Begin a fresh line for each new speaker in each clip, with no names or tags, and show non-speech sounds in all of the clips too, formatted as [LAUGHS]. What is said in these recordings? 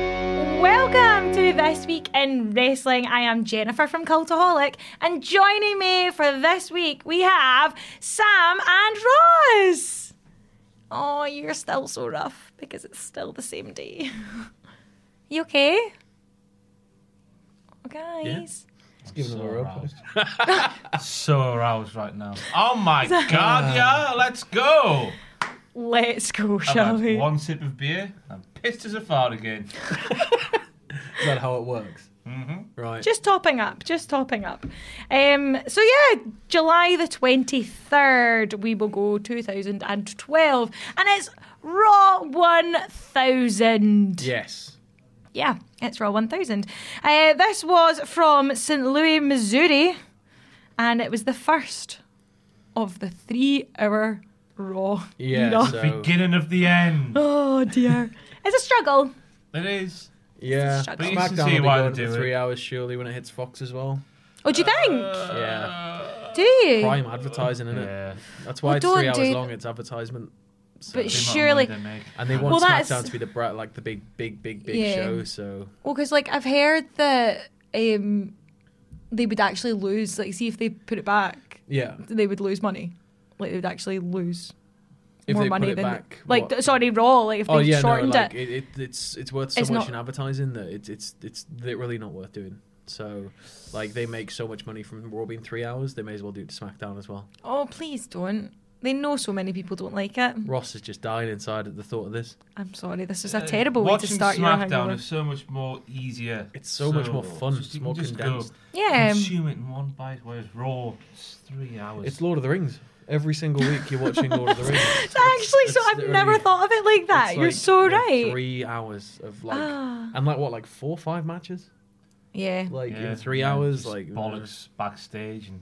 Welcome to This Week in Wrestling. I am Jennifer from Cultaholic, and joining me for this week we have Sam and Ross. Oh, you're still so rough because it's still the same day. [LAUGHS] you okay? Oh, Guys.
So aroused.
[LAUGHS]
[LAUGHS]
so aroused right now. Oh
[LAUGHS]
my god, yeah, let's go!
Let's go, shall
I've had
we?
one sip of beer, I'm pissed as a fart again.
Is that how it works? Mm-hmm. Right.
Just topping up, just topping up. Um, so yeah, July the twenty third, we will go two thousand and twelve, and it's Raw one thousand.
yes.
Yeah, it's Raw one thousand. Uh, this was from St. Louis, Missouri, and it was the first of the three hour Raw.
Yeah.
No.
So,
Beginning of the end.
Oh dear, it's a struggle.
It is.
yeah.
But
you can
SmackDown
see
will be
why
going
they
for
do it.
three hours surely when it hits Fox as well.
Oh, do you think?
Uh, yeah.
do you?
Prime advertising, isn't it?
Yeah.
That's why it's
don't
three hours
do-
long. It's advertisement. So.
But
The amount of money
surely.
they make.
and they
Well,
want
that's-
SmackDown to be the bright, like the big, big, big, big
Yeah.
show. So
Well, because like I've heard that um, they would actually lose. Like, see if they put it back,
yeah,
they would lose money. Like they would actually lose
if
more
they
money
put it
than
back,
like
what-
sorry, raw. Like if they
oh yeah, no,
shortened
like
it.
it, it, it's it's worth so
It's
much
not-
in advertising that it's it's it's literally not worth doing. So like they make so much money from Raw being three hours, they may as well do it to SmackDown as well.
Oh, please don't. They know so many people don't like it.
Ross is just dying inside at the thought of this.
I'm sorry. This
Uh,
is a terrible way to
Watching
start your
SmackDown
hangover.
is so much more easier.
It's so much more fun,
Just, you
it's more
can just
condensed.
Go,
Yeah.
Consume it in one bite, whereas Raw, it's three hours.
It's Lord of the Rings. Every single week you're watching Lord of the Rings.
[LAUGHS]
It's-
Actually,
it's
so I've
literally-
never thought of it like that.
it's
You're
like,
so
yeah,
right. Ah.
Three hours of like, and like what, like four, five matches,
Yeah,
like
Yeah,
in three
yeah,
hours,
just
like uh,
bollocks backstage, and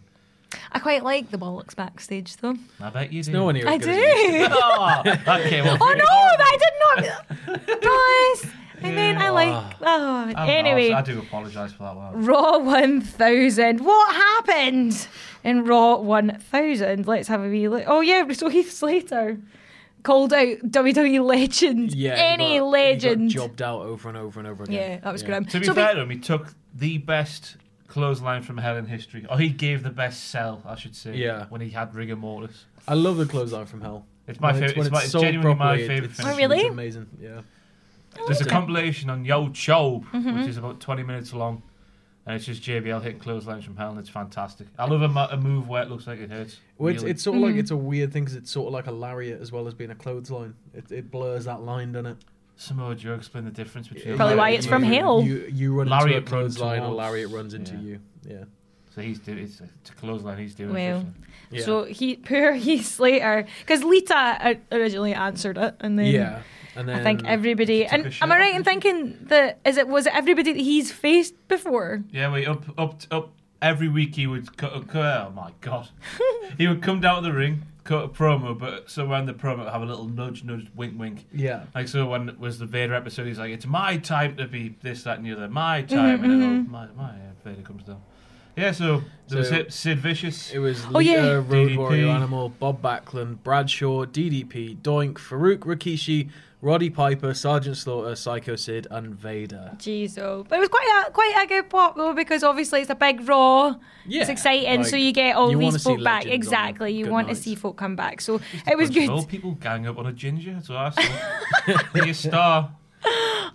I quite like the bollocks backstage though.
I bet you do.
No one here.
I
as good as
[LAUGHS]
you.
do.
[LAUGHS] oh, okay, well,
Oh no, that did
[LAUGHS]
not. Guys, and then I like. Oh,
I'm
anyway.
arsed. I do apologise for that one.
Raw 1000. What happened in Raw 1000? Let's have a wee look. Oh, yeah, so Heath Slater called out WWE legend.
Yeah, he got-
Any
he got
legend.
jobbed out over and over and over again.
yeah, that was grim.
To be
so
fair to him, he took the best clothesline from hell in history. Or he gave the best sell, I should say.
Yeah.
When he had rigor mortis.
I love the clothesline from Hell.
It's my
When
favourite.
when
It's, my- it's
sold
genuinely my
properly, it-
favourite
it's-
finish.
Oh, really?
It's amazing. Yeah.
There's a compilation on Yo Chobe,
Mm-hmm.
which is about 20 minutes long. And it's just JBL hitting clotheslines from hell, and it's fantastic. I love a, ma- a move where it looks like it hurts.
Well, it's,
really.
it's sort of like
Mm.
it's a weird thing because it's sort of like a lariat as well as being a clothesline. It, it blurs that line, doesn't it?
Samoa Joe explained the difference between.
Probably
a
why
lariat
it's
and
from
a move.
hell. Hill.
You, you run
Lariat
into a clothesline
runs
or lariat
towards-
runs into
yeah.
you. Yeah.
So he's doing it's, it's a clothesline. He's doing.
Well.
Well,
Yeah.
So he, poor [LAUGHS] Heath Slater, because Lita o- originally answered it, and then
yeah. And then
Um, I think everybody.
took a
And am
shot.
I right in thinking that is it was it everybody that he's faced before?
yeah, wait up, up, up. Every week he would cut. cut oh my
[LAUGHS]
god, he would come down to the ring, cut a promo, but somewhere in the promo would have a little nudge, nudge, wink, wink.
Yeah.
Like so when it was the Vader episode, he's
Mm-hmm.
like, "It's my time to be this, that, and the other. My time." And then oh, my my yeah, uh, Vader comes down. Yeah, so there was
So-
Sid- Sid Vicious.
It was Lita,
Oh, yeah.
Road
DDP.
Warrior Animal, Bob Backlund, Bradshaw, DDP, Doink, Farouk Rikishi, Roddy Piper, Sergeant Slaughter, Psycho Sid, and Vader.
Jeez, oh. But it was quite a quite a good pop though because obviously it's a big raw.
Yeah,
it's exciting, so
like,
you get all
you wanna
these
see
folk back.
legends on
Exactly, you
good
want
nights.
to see folk come back. So it was
Bunch
good.
of Old people gang up on a ginger. So
[LAUGHS]
I said, be a star.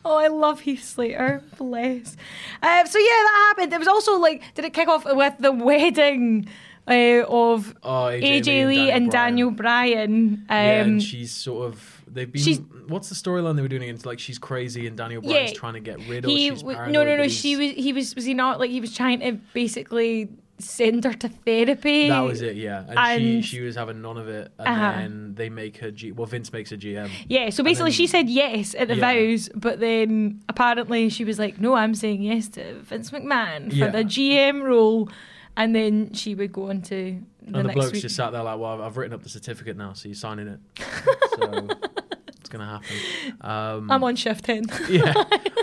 Oh, I love Heath Slater. Bless. Um, so yeah, that happened. It was also like, did it kick off with the wedding uh, of
Oh, AJ,
AJ Lee and Daniel Bryan?
yeah,
Um,
and she's sort of. They've been.
she's-
what's the storyline they were doing against? Like, she's crazy and Daniel Bryan's
Yeah.
trying to get rid of
he
she's
w-
paranoid,
no, no,
but
no.
he's-
She was. He was. Was he not like he was trying to basically send her to therapy?
That was it, yeah. And, she,
and-
she was having none of it. And
Uh-huh.
then they make her. G- well, Vince makes her GM.
Yeah, so basically
then-
she said yes at the
Yeah.
vows, but then apparently she was like, no, I'm saying yes to Vince McMahon for
Yeah.
the GM role. And then she would go on to the
and the
next
bloke's
week.
just sat there like, well, I've- I've written up the certificate now, so you're
[LAUGHS]
signing it. so it's going to happen.
I'm on shift 10. [LAUGHS]
Yeah.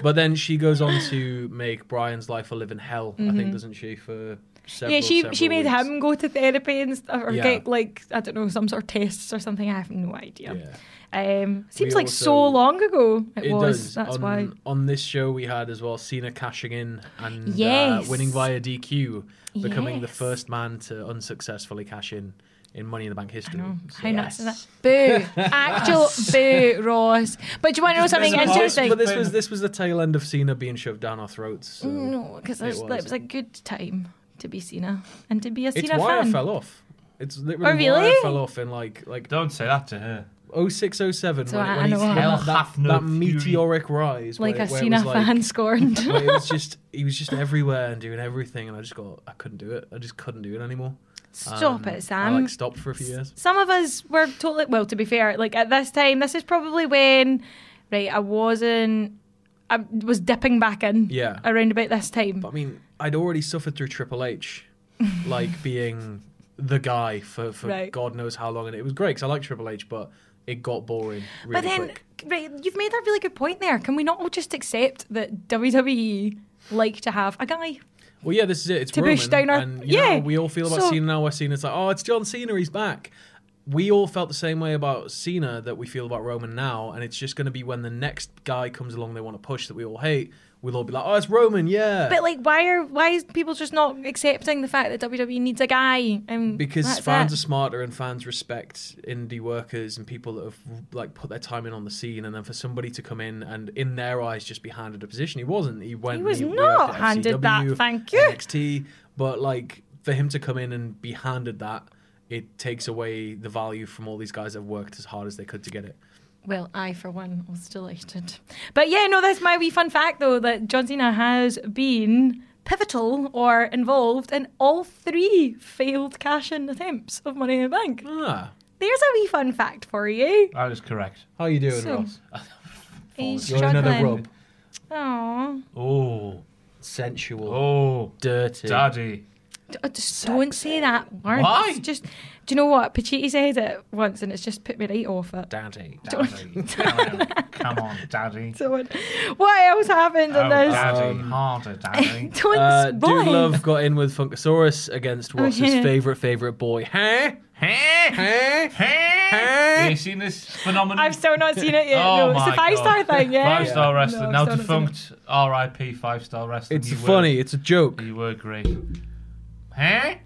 but then she goes on to make Brian's life a living hell, I think, doesn't she? For several,
Mm-hmm. yeah, she
several
she made
weeks.
him go to therapy and stuff, or
Yeah.
get like I don't know some sort of tests or something. I have no idea.
Yeah.
Um, seems
We
like so
also-
long ago it,
It
was.
does.
That's
on,
why.
on this show we had as well Cena cashing in and uh,
Yes.
winning via DQ, becoming the
Yes.
first man to unsuccessfully cash in in Money in the Bank history. So-
How nuts is that? Boo!
[LAUGHS]
Actual boo, Ross. But do you want to know something
miss a boss,
interesting?
But this was this was the tail end of Cena being shoved down our throats. So
Mm, No, because it was,
It
that
was.
was a good time to be Cena and to be a
it's
Cena
why I
fan. Oh,
fell off. It's literally why
really?
I fell off in like like
Don't say that to her.
0607
So
when,
I-
it-
I
when he's
know
had
how-
that, that,
Half no
that
fury.
meteoric rise
Like
where,
a
it- where it
Cena
was like,
fan scorned. [LAUGHS]
[LAUGHS] where it was just he was just everywhere and doing everything and I just got I couldn't do it I just couldn't do it anymore
Stop
Um,
it,
I
Sam.
like stopped for a few years
Some of us were totally well. To be fair, like at this time, this is probably when, right? I wasn't. I was dipping back in.
Yeah.
Around about this time.
but I mean I'd already suffered through
[LAUGHS]
Triple H like being the guy for, for
Right.
God knows how long and it was great because I like Triple H but it got boring really
But then,
quick
right, you've made a really good point there. Can we not all just accept that WWE like to have a guy?
Well, yeah, this is it. It's
To
Roman,
push down our-
and you know
Yeah.
how we all feel about
So-
Cena now. Where Cena's like, oh, it's John Cena, he's back. We all felt the same way about Cena that we feel about Roman now, and it's just going to be when the next guy comes along they want to push that we all hate. We'll all be like, oh, it's Roman, yeah.
But like, why are why is people just not accepting the fact that WWE needs a guy? And
because
that's
fans
it.
are smarter and fans respect indie workers and people that have like put their time in on the scene and then for somebody to come in and in their eyes just be handed a position he wasn't he went
He was
worked
not
at
handed that,
FCW,
thank you.
NXT but like for him to come in and be handed that it takes away the value from all these guys that have worked as hard as they could to get it
Well, I, for one, was delighted. But yeah, no, that's my wee fun fact, though, that John Cena has been pivotal or involved in all three failed cash in attempts of Money in the Bank.
ah
There's a wee fun fact for you.
That is correct.
how you doing
So-
Ross
He's
you're another rub
Aww.
Oh,
sensual
oh,
dirty
daddy.
uh, Just don't say that word.
Why?
It's Just, do you know what? Pachiti said it once and it's just put me right off it.
daddy
Daddy. Daddy. Come on, daddy.
So what- What else happened
Oh,
in this?
daddy. Harder,
[LAUGHS]
daddy.
Don't
Uh,
spoil.
Dude Love got in with Funkasaurus
[LAUGHS]
against what's
Oh, yeah.
his favourite, favourite boy. Huh?
hey,
Huh?
hey. Have you seen this phenomenon?
I've still not seen it yet.
[LAUGHS] Oh
no, it's a
my
five star
God.
thing, yeah.
Five star wrestling,
No,
now
still not seen
defunct. R.I.P. Five star wrestling.
It's
You were-
funny. It's a joke.
You were great. Huh?
[LAUGHS]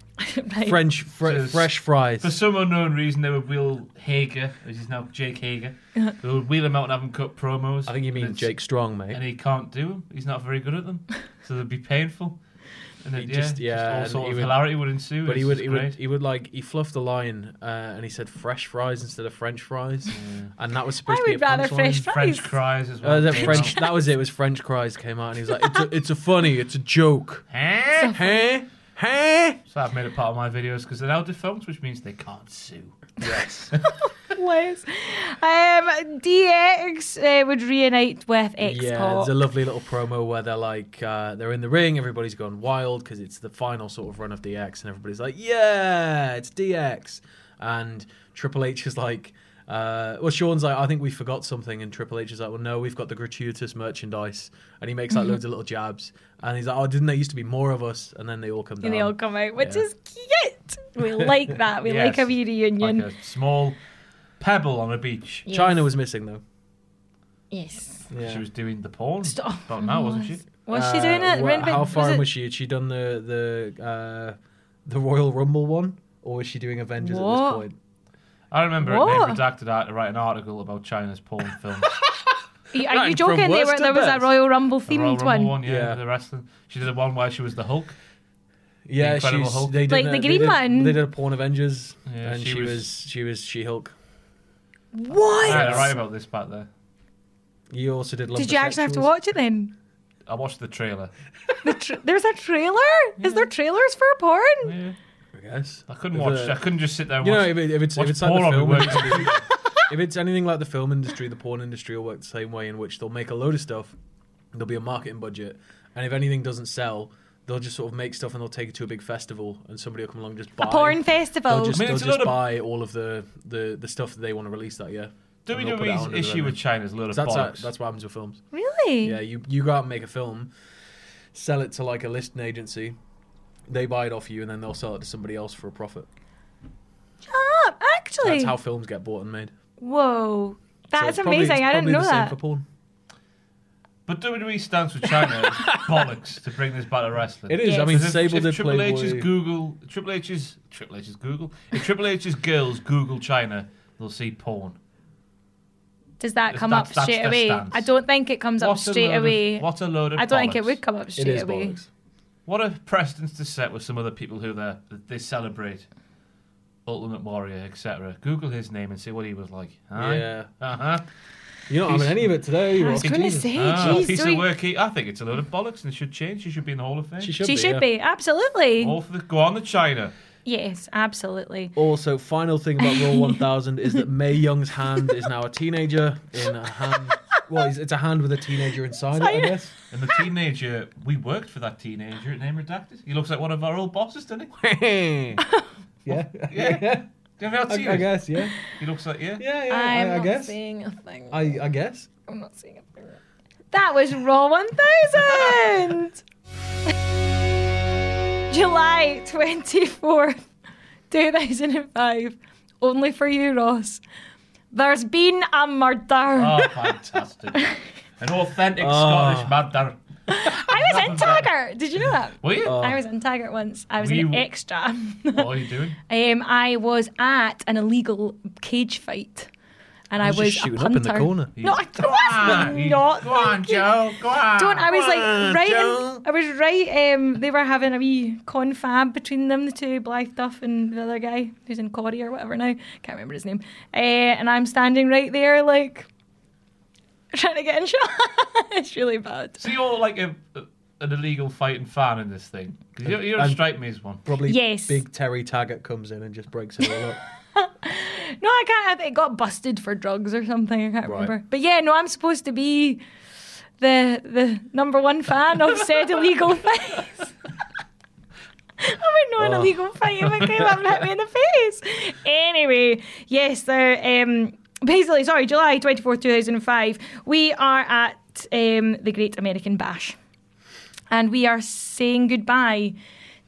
Right.
French fr-
Just-
fresh fries.
For some unknown reason, they would wheel Hager, as he's now Jake Hager. They would wheel him out and have him cut promos.
I think you mean
And it's-
Jake Strong, mate.
And he can't do them. He's not very good at them. so they'd be painful. And then, yeah,
just-
just,
yeah,
all
and
sort
he
of
would-
hilarity would ensue.
but he
It's
would,
just
he would,
great.
he would like he fluffed the line uh, and he said fresh fries instead of French fries, and that was supposed
I
to be
would
a
rather
punchline.
fresh
French
fries.
cries as well.
Uh, the
came
French,
out.
that was it. It was French cries came out, and he was like, "It's a, it's a funny. It's a joke."
Huh?
Huh?
Eh?
Huh?
So I've made it part of my videos because they're now defunct, which means they can't sue. Yes.
Lies. Um, DX uh, would reunite with X
Yeah,
Pac.
there's a lovely little promo where they're like, uh, they're in the ring, everybody's gone wild because it's the final sort of run of DX, and everybody's like, yeah, it's DX. And Triple H is like, Uh, well, Sean's like, I think we forgot something, and Triple H is like, well, no, we've got the gratuitous merchandise, and he makes
Mm-hmm.
like loads of little jabs, and he's like, oh, didn't there used to be more of us? And then they all come down.
And they all come out, which
Yeah.
is cute.
[LAUGHS]
We like that. We like a
Yes.
wee reunion.
Like a small pebble on a beach.
China was missing though.
yes.
Yeah.
She was doing the porn.
Stop.
About now, wasn't she?
Was she doing
Uh,
it?
wha-
Round about-
how far
it-
was, she? Had she done the the uh, the Royal Rumble one, or was she doing Avengers at
What?
this point?
I remember it
What?
made redacted out to write an article about China's porn films.
Are you
Right,
joking?
from
They
worst
were,
to
there was a
best.
Royal Rumble
the Royal
themed
Rumble
one.
one, yeah,
Yeah.
the wrestling. She did the one where she was the Hulk.
Yeah,
Incredible
she's,
Hulk.
they did
Like
a-
the
they
Green
did-
Man.
They did a porn Avengers,
Yeah,
and she,
she
was,
was-
she was She Hulk.
What?
Yeah, right about this back there.
You also did.
Did you actually have to
Lumpasexuals.
watch it then?
I watched the trailer.
The tra- there's a trailer? Is there trailers for porn?
Yeah.
I guess.
I couldn't
If,
watch.
uh,
I couldn't just sit there. And
You know,
watch,
if, it, if it's if
watch
it's like the
porn
[LAUGHS] film
on my
industry, if it's anything like the film industry, the porn industry will work the same way in which they'll make a load of stuff, there'll be a marketing budget, and if anything doesn't sell, they'll just sort of make stuff and they'll take it to a big festival, and somebody will come along and just buy
A porn
They'll
festival.
just,
I mean,
they'll
it's a
just
lot of-
buy all of the, the, the stuff that they want to release that year. and they'll put it out
WWE's
under
issue
their
with
name.
China's a load of
that's how,
bollocks.
that's what happens with films.
really?
Yeah, you you go out and make a film, sell it to like a listing agency, they buy it off you, and then they'll sell it to somebody else for a profit.
Ah, actually.
That's how films get bought and made.
Whoa.
So
That's
it's probably-
amazing.
it's
I didn't
probably
know
the same
that.
for porn.
But WWE stands for
[LAUGHS]
China is bollocks to bring this back to wrestling.
It is.
Yeah.
I mean,
Because if-
Sable
if
did
Triple
Playboy.
H's Google, Triple H's Triple H's Google, if Triple H's girls Google China, they'll see porn.
Does that
That's-
come up
that's- that's
straight
their
away?
stance.
I don't think it comes up
What a
straight
load of-
away.
what a load of
I don't think it
bollocks.
would come up
it
straight
is
away.
bollocks.
What a precedence to set with some of the people who they they celebrate, Ultimate Warrior, etc. Google his name and see what he was like. Aye?
Yeah,
Uh huh.
you're not having any of it today.
I was
Rocky.
going to
Jesus.
say,
Ah,
geez,
piece
do we-
of work. He, I think it's a load of bollocks and it should change. He should be Oh. in the Hall of Fame.
she should,
she
be,
should
yeah.
be. Absolutely.
All for the, go on to China.
Yes, absolutely.
Oh,
Also, final thing about [LAUGHS] Raw 1000 is that May Young's hand is now a teenager in a hand. Well, it's- it's a hand with a teenager inside it, I guess.
And the teenager, we worked for that teenager at Name Redacted. He looks like one of our old bosses, doesn't he?
[LAUGHS] yeah, I,
Yeah. Do you ever see
[LAUGHS] I
him?
guess. Yeah,
He looks like, yeah.
yeah, yeah.
I'm
I, I
not
guess.
seeing a thing.
I, I guess.
I'm not seeing a thing. That was Raw 1000! [LAUGHS] July 24th, 2005. Only for you, Ross. There's been a murder.
Oh, fantastic.
[LAUGHS]
An authentic
Oh.
Scottish madder.
I was in Taggart. Did you know that?
Were you?
I was in Taggart once. I was
We
an
w-
extra. [LAUGHS]
what are you doing?
Um, I was at an illegal cage fight, and I was,
was just shooting
a
up in
punter.
the corner.
No, I was not.
Go on,
thinking.
Joe. Go on.
Don't. I was like
Go on,
right.
Joe.
in- I was right. Um, they were having a wee confab between them, the two Blythe Duff and the other guy who's in Corrie or whatever now. Can't remember his name. Uh, and I'm standing right there, like trying to get in shot. [LAUGHS] it's really bad.
So you're like a, a- an illegal fighting fan in this thing. 'Cause you, you don't
I'm-
strike me as one.
Probably
Yes.
big Terry Taggart comes in and just breaks it [LAUGHS] all up.
No, I can't. I think it got busted for drugs or something. I can't
Right.
remember. But yeah, no, I'm supposed to be the the number one fan of said illegal fight. [LAUGHS] I would know an illegal fight if it came up and hit me in the face. Anyway, yes, so um, basically, sorry, July twenty fourth, 2005, we are at um, the Great American Bash. And we are saying goodbye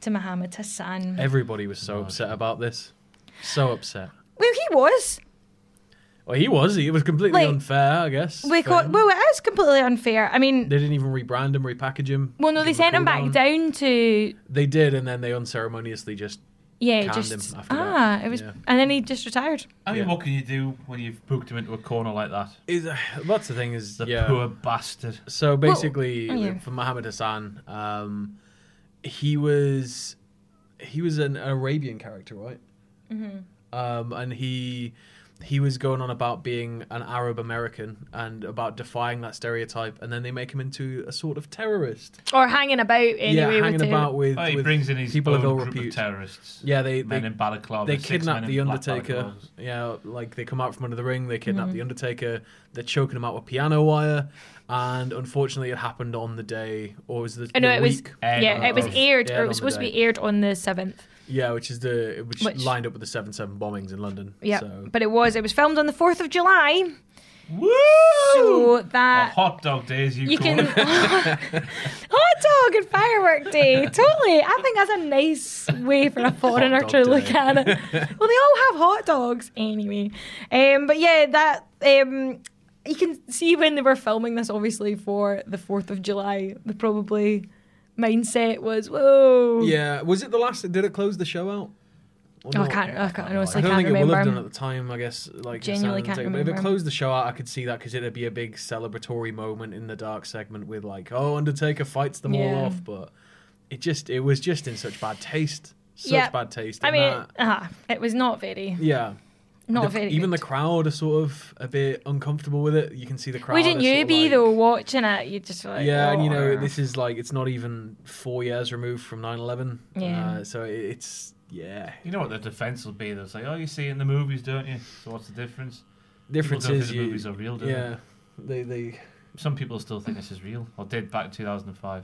to Muhammad Hassan.
Everybody was so upset about this. So upset.
Well, he was.
Well, he was. He was completely
Like,
unfair, I guess.
We
for
got,
him.
well, it is completely unfair. I mean,
they didn't even rebrand him, repackage him.
Well, no,
give
they sent
a
him back
cooldown.
down to
They did, and then they unceremoniously just.
yeah,
Canned
just
him after
ah,
that.
it was,
Yeah.
and then he just retired.
I mean,
Yeah.
what can you do when you've booked him into a corner like that?
Is that's the thing is
The
yeah.
poor bastard.
So basically,
oh,
uh,
yeah.
for Muhammad Hassan, um, he was he was an Arabian character, right? Mm-hmm. Um, and he he was going on about being an Arab American and about defying that stereotype, and then they make him into a sort of terrorist.
Or hanging about anyway.
yeah,
with
hanging
the-
about with,
Oh, he
with
brings in his
people
own
of ill
group
repute.
of terrorists.
Yeah, they
men
they,
in balaclavas.
they
six men
kidnap
in
the
black
Undertaker.
balaclavas.
Yeah, like they come out from under the ring, they kidnap
Mm-hmm.
the Undertaker. They're choking him out with piano wire, and unfortunately, it happened on the day, or was the,
I know
the
Oh, it was
week?
Eh.
yeah, it was
of-
aired or
aired
it was
on the
supposed to
day.
be aired on the seventh.
Yeah, which is the which,
Which-
lined up with the seven seven bombings in London.
Yeah,
so
but it was was. It was filmed on the 4th of July.
[LAUGHS]
Woo!
So that.
Oh, hot dog days, you,
you
call
can [LAUGHS]
it.
hot dog and firework day.
[LAUGHS]
Totally, I think that's a nice way for a foreigner
dog
to look
day.
at it. Well, they all have hot dogs anyway. Um, but yeah, that um, you can see when they were filming this, obviously for the Fourth of July. The probably mindset was whoa.
Yeah, was it the last? Did it close the show out? Or
Oh, I
not?
can't. I, can't, I honestly
I don't
can't
think it
remember.
would have done at the time. I guess like it's
Genuinely
sound
can't
and take- But if it
remember.
closed the show out, I could see that because it'd be a big celebratory moment in the dark segment with like, oh, Undertaker fights them
Yeah.
all off. But it just it was just in such bad taste, such
Yeah.
bad taste.
I
and
mean,
that-
uh, it was not very,
yeah,
not
The-
very.
even
good.
the crowd are sort of a bit uncomfortable with it. You can see the crowd.
Wouldn't
are sort
you
of
be
like-
though watching it? You just like
yeah, and you know,
"Oh."
this is like it's not even four years removed from 9-11.
Yeah.
uh, so it, it's yeah.
You know what the defense will be? They'll say, "Oh, you see it in the movies, don't you? So what's the difference?"
difference
People don't
is
think the
you-
movies are real, do they?
yeah, they they
Some people still think this is real, or did back in 2005.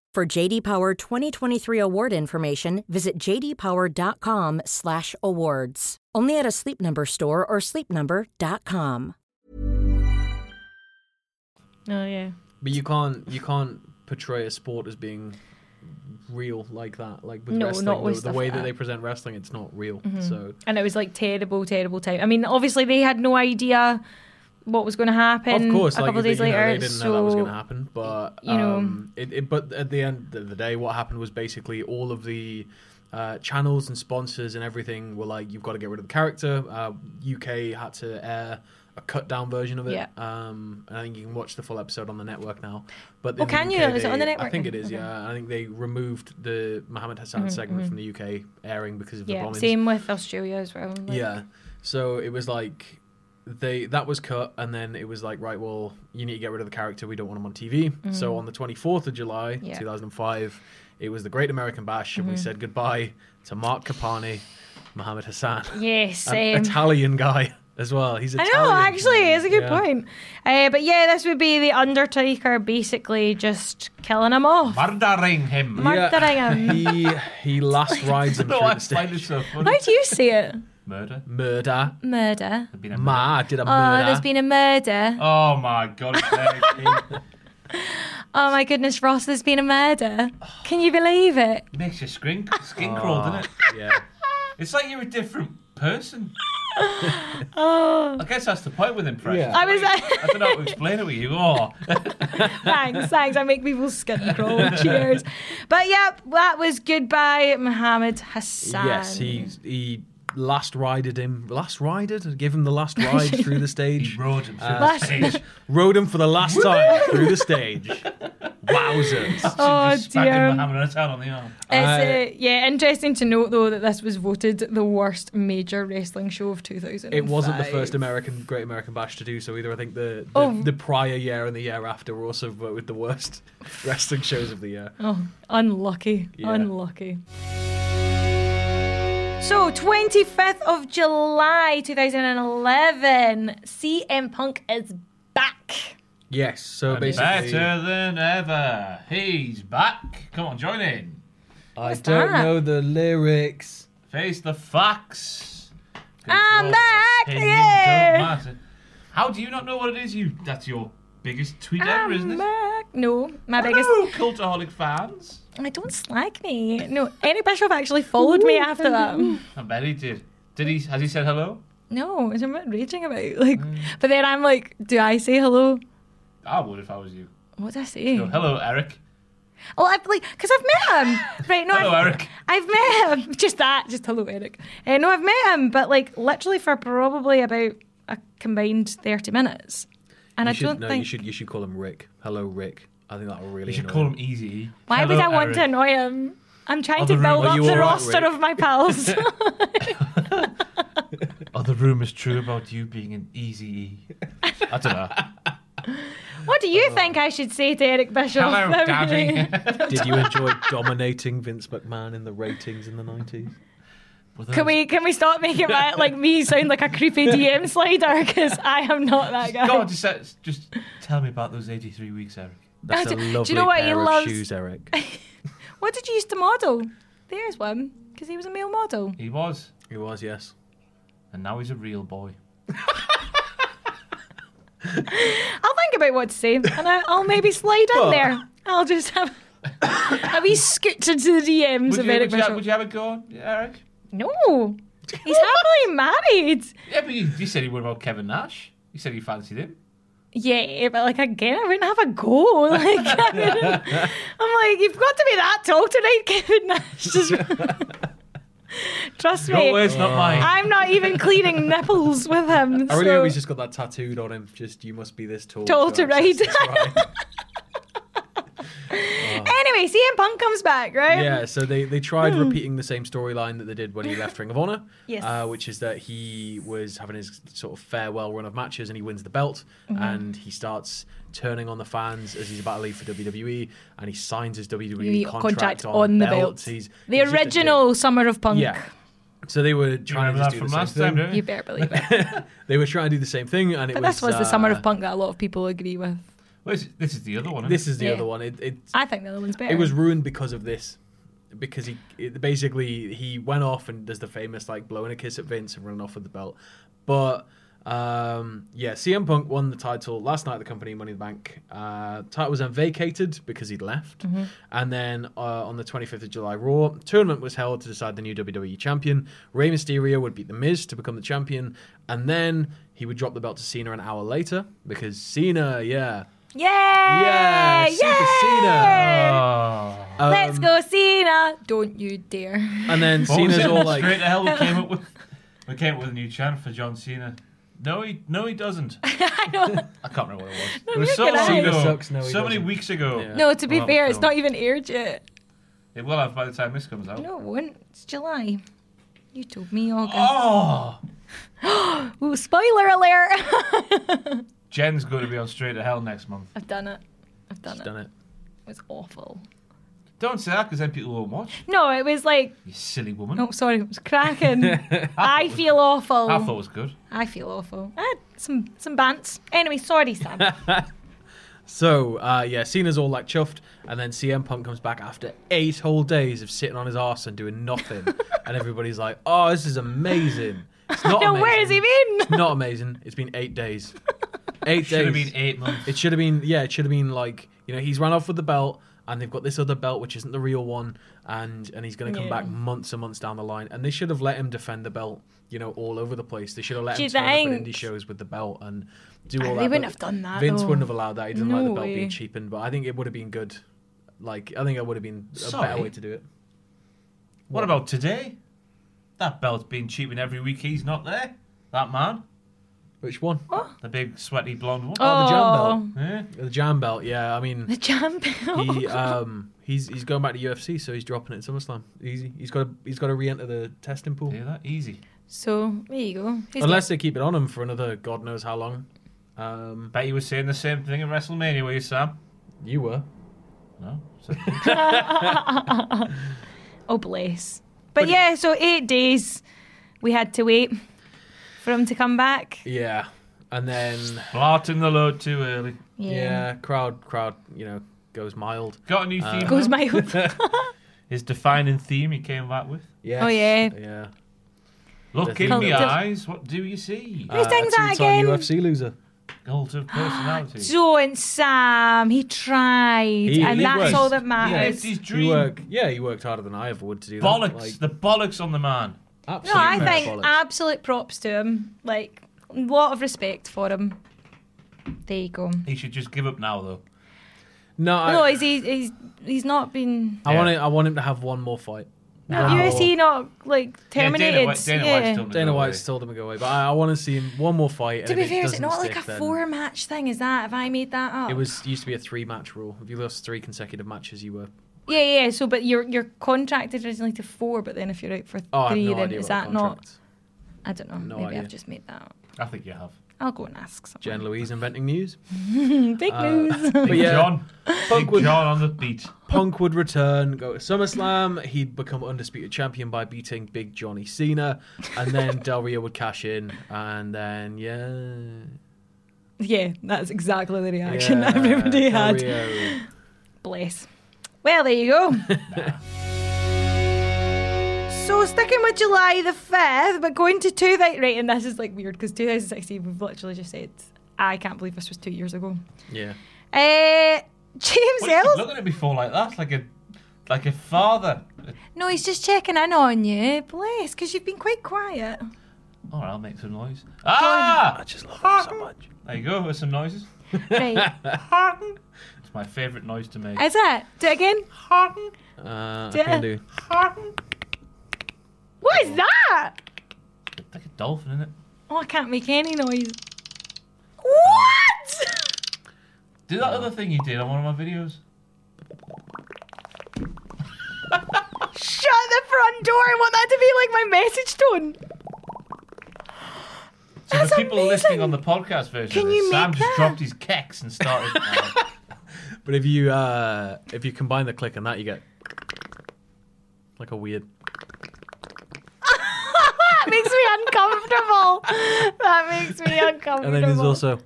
For JD Power 2023 award information, visit jdpower.com/awards. Only at a Sleep Number store or sleepnumber.com.
oh yeah.
but you can't you can't portray a sport as being real like that. Like with
No,
wrestling,
not
the,
with
the
stuff
way
like
that
that. Mm-hmm.
they present wrestling, it's not real. So
and it was like terrible, terrible time. I mean, obviously they had no idea what was going to happen.
of course,
a
like
couple of
they-
days
you know,
later,
they didn't
so
know that was going to happen. But
you know.
um, it, it, but at the end of the day, what happened was basically all of the. Uh, channels and sponsors and everything were like, you've got to get rid of the character. Uh, UK had to air a cut down version of it.
Yeah.
Um, and I think you can watch the full episode on the network now. But
Oh,
in the
can you?
UK,
Is it on the
they- I
network
think
now?
it is.
Okay. Mm-hmm,
Yeah, I think they removed the Mohammed Hassan segment from the UK airing because of the
yeah,
bombings.
same with Australia as well. like-
Yeah. So it was like they that was cut, and then it was like, right, well, you need to get rid of the character. We don't want him on TV. So on the twenty fourth of July,
Mm. Yeah. Mm-hmm.
two thousand and five, it was the Great American Bash, and we said goodbye to Mark Capani, Mohammed Hassan,
Yes,
an
um,
Italian guy as well. He's
I
Italian.
know, actually, it's a good
Yeah.
point. Uh, but yeah, this would be the Undertaker basically just killing him off.
Murdering him.
Mark that I am.
[LAUGHS] he he
[LAUGHS]
last rides him
No,
through
I
the
find it
stage.
so funny.
How do you say it?
Murder.
Murder.
Murder.
There'd been a murder.
Ma I did a
Oh,
murder.
there's been a murder.
Oh my god. it's very deep.
Oh my goodness, Ross, there's been a murder. Can you believe it?
it makes your skin skin crawl, doesn't it?
yeah.
It's like you're a different
[LAUGHS]
person. I guess that's the point with impressions.
Yeah.
Oh. I was. [LAUGHS]
I don't know how to explain it with you. Oh,
thanks, thanks. I make people skin crawl. Cheers. But yep, that was goodbye, Mohammed Hassan.
Yes, he he last rided him. Last rided? Gave him
[LAUGHS]
the last ride through the stage. Uh,
he rode him through the
Last-
stage.
Rode him for the last time through the stage.
[LAUGHS]
Wowzers.
Oh
Just smacking
dear.
Mohammed Hassan on the arm.
It's, uh, yeah, interesting to note though that this was voted the worst major wrestling show of 2000.
It wasn't the first American Great American Bash to do so either. I think the the,
Oh.
the prior year and the year after were also with the worst [LAUGHS] wrestling shows of the year.
Oh, unlucky.
Yeah.
Unlucky. So, 25th of July 2011, CM Punk is back.
Yes, so basically,
Better than ever. He's back. Come on, join in.
I
What's
don't
that?
know the lyrics.
Face the facts.
I'm
your
back,
opinion
yeah.
don't matter. How do you not know what it is? You that's your biggest tweet ever, isn't it?
Mac. No, my biggest.
Hello, cultaholic fans.
I don't slack me. No, Annie Bischoff actually followed me after that.
I bet he did. Did he? Has he said hello?
No, is I'm not raging about like. But then I'm like, do I say hello?
I would if I was you.
What did I say?
Go, hello, Eric.
Oh, I've like, cause I've met him. Right? No,
Hello,
I've,
Eric.
I've met him. [LAUGHS] Just that. Just hello, Eric. Uh, no, I've met him, but like literally for probably about a combined thirty minutes. And I
you should,
don't
no,
think.
you should you should call him Rick. Hello, Rick. I think that'll really.
You should
annoy
call him Easy.
Why would I want to annoy him? I'm trying to
Other
build
room-
Are
up
you
the
all right,
roster
Rick?
of my pals. [LAUGHS]
Are Oh, the rumours true about you being an Easy? E. I
[LAUGHS]
don't know.
what do you think I should say to Eric Bishop?
hello,
[LAUGHS]
Daddy. [LAUGHS]
Did you enjoy dominating Vince McMahon in the ratings in
[LAUGHS]
the nineties?
Can we can we stop making my like me sound like a creepy DM slider? Because I am not that guy.
God, just, say- just tell me about those 83 weeks, Eric.
That's
Do-
a
do you
lovely
know what he
pair of
loves?
shoes, Eric.
[LAUGHS] What did you used to model? There's one. Because he was a male model.
He was,
He was, yes.
and now he's a real boy.
I'll think about what to say, and I, I'll maybe slide in
Well-
there. I'll just have a wee scoot into the DMs
Would
of
you,
Eric
would, you have,
Bishop.
would you have a go, on, Eric?
No, he's happily married.
Yeah, but you, you said he would about Kevin Nash. You said you fancied him.
Yeah, but like again, I wouldn't have a go. [LAUGHS] Like I wouldn't- I'm like, you've got to be that tall tonight, Kevin Nash. [LAUGHS]
[LAUGHS]
Just- Trust
Your
me,
words, not mine.
I'm not even cleaning nipples with him.
I really
so-
hope he's just got that tattooed on him. Just you must be this tall.
Tall to [LAUGHS]
access
ride.
this ride."
Anyway, CM Punk comes back, right?
yeah, so they, they tried repeating the same storyline that they did when he left Ring of Honor,
Hmm. [LAUGHS] Yes.
uh, which is that he was having his sort of farewell run of matches and he wins the belt
Mm-hmm.
and he starts turning on the fans as he's about to leave for WWE and he signs his WWE
WWE
contract,
contract
on, the belt. He's,
the
he's just a dick.
original Summer of Punk.
Yeah. So they were
You
trying
remember that
to just do
from
the same
last
thing.
time, don't
You
you?
better believe
[LAUGHS]
it.
They were trying to do the same thing and it
But
was
this was the Summer
uh,
of Punk that a lot of people agree with.
Well, this, this is the other one. Isn't
This is the
Yeah.
other one. It, it's
I think the other one's better.
It
Um,
was ruined because of this, because he it, basically he went off and there's the famous like blowing a kiss at Vince and running off with the belt. But um, yeah, CM Punk won the title last night at the company Money in the Bank. Uh, title was then vacated because he'd left,
Mm-hmm.
and then uh, on the 25th of July Raw tournament was held to decide the new WWE champion. Rey Mysterio would beat The Miz to become the champion, and then. He would drop the belt to Cena an hour later because Cena, yeah,
Yay!
yeah, Super Cena. Um,
Oh.
Let's go, Cena! Don't you dare. [LAUGHS]
And then
[LAUGHS] What was
Cena's
it?
all like,
straight to hell. We came up with we came up with a new chant for John Cena. No, he no, he doesn't. I can't remember what it was. it was so
neither can
long
I.
ago,
Cena sucks, no, he
so many
doesn't.
weeks ago.
Yeah.
No, to be
Well,
fair, it's
no.
not even aired yet.
It will have by the time this comes out.
No, it won't. It's July. You told me August.
[LAUGHS] Oh,
Ooh, spoiler alert!
Jen's going to be on Straight to Hell next month.
[LAUGHS] I've done it. I've done it.
done it.
It was awful.
Don't say that because then people won't watch.
No, it was like,
You silly woman.
oh, sorry, it was
[LAUGHS]
cracking. I feel awful.
I thought it was good.
I feel awful. I had some some bants. Anyway, sorry,
[LAUGHS]
Sam.
So, uh, yeah, Cena's all like chuffed, and then CM Punk comes back after eight whole days of sitting on his arse and doing
[LAUGHS]
nothing. and everybody's like, oh, this is amazing. It's
[LAUGHS]
not
no,
amazing.
where has he been?
It's not amazing. It's been eight days. Eight
Should have
days.
been eight months.
It should have been, yeah, it should have been like, you know, he's run off with the belt, and they've got this other belt, which isn't the real one, and and he's going to come
Yeah.
back months and months down the line. And they should have let him defend the belt, you know, all over the place. They should have let
Do
him
you
turn up at
think?
indie shows with the belt and do all
Ah,
that.
they wouldn't
but
have done that,
Vince
though.
wouldn't have allowed that. He didn't like
No
the belt
way.
being cheapened, but I think it would have been good. Like, I think it would have been a
Sorry.
better way to do it.
What about today? That belt's been cheating every week. He's not there. That man,
Which one?
the big sweaty blonde one.
Oh, the
Oh.
jam
Yeah.
belt. The jam belt. Yeah, I
[LAUGHS]
mean,
The champion.
He um he's he's going back to UFC, so he's dropping it at SummerSlam. Easy. He's got to he's got to re-enter the testing pool.
Hear that? Easy.
So there you go. He's
Unless they keep it on him for another god knows how long. Um,
Bet you were saying the same thing at WrestleMania, were you, Sam?
you were.
No. So-
Oh, bless. But, yeah, so eight days we had to wait for him to come back.
Yeah. And then
Flaunting the load too early.
yeah. crowd crowd you know goes mild.
Got a new
Uh,
theme.
Goes my
[LAUGHS]
hope.
His defining theme he came back with.
Yes.
Oh, yeah.
Yeah.
Look in
Cult
my
of-
eyes. What do you see?
Uh,
Who sings that
Two-time
again?
UFC loser.
Cult of personality.
Don't, Sam. He tried,
He-
and
he
that's
was.
all that
He lived
matters.
his
He
dream.
work, yeah, he worked harder than I ever would to do
Bollocks.
that.
the bollocks on the man.
Like,
no, I
absolute
think
bollocks.
absolute props to him. Like, lot of respect for him. There you go.
He should just give up now, though.
No, I,
no, he's, he's he's he's not been.
I
Yeah.
want to, I want him to have one more fight.
Have you seen not like terminated?
Yeah, Dana, White, Dana White's told him to
Dana
go away.
White's told him to go away, but I, I want to see him one more fight. And
to
if
be fair, is it
doesn't
not like a
stick, then-
four-match thing? Is that have I made that up?
It was used to be a three-match rule. If you lost three consecutive matches, you were.
Yeah, yeah. So, but you're you're contracted originally to four, but then if you're out for three,
Oh, I have no
then
idea
is
what the
that not?
contract-
I don't know.
No
Maybe
idea.
I've just made that up.
I think you
[LAUGHS]
have.
I'll go and ask someone.
Jen uh, Louise inventing
[LAUGHS]
news.
Big
[LAUGHS]
news. [LAUGHS]
But
Big
yeah,
John. Big
would-
John on the beat.
Punk would return, go to SummerSlam. He'd become undisputed champion by beating Big Johnny Cena,
[LAUGHS]
and then Del Rio would cash in, and then yeah,
yeah, that's exactly the reaction
yeah,
[LAUGHS] everybody
Del
had.
Rio.
Bless. Well, there you go. So sticking with July the fifth, but going to two thousand right, and this is like weird because 2016 we've literally just said I can't believe this was two years ago.
Yeah.
Uh, James
What, you keep
Ellis.
looking at me for like that, like a, like a father.
No, he's just checking in on you. Bless, because you've been quite quiet.
All right, I'll make some noise. Ah! I just love
so much.
There you go. With some
[LAUGHS]
noises.
Right.
It's my favourite noise to make.
Is it? Do it again.
Uh, I
Yeah.
can do.
What is that?
Like a dolphin, isn't it?
Oh, I can't make any noise. What? [LAUGHS]
Do that other thing you did on one of my videos.
Shut the front door. I want that to be like my message tone.
So
That's
the people
amazing.
listening on the podcast version,
Can
of this,
you
Sam
make
just
that?
dropped his keks and started.
[LAUGHS]
uh,
But if you uh, if you combine the click and that, you get like a weird.
[LAUGHS] that makes me uncomfortable. That makes me uncomfortable.
And then there's also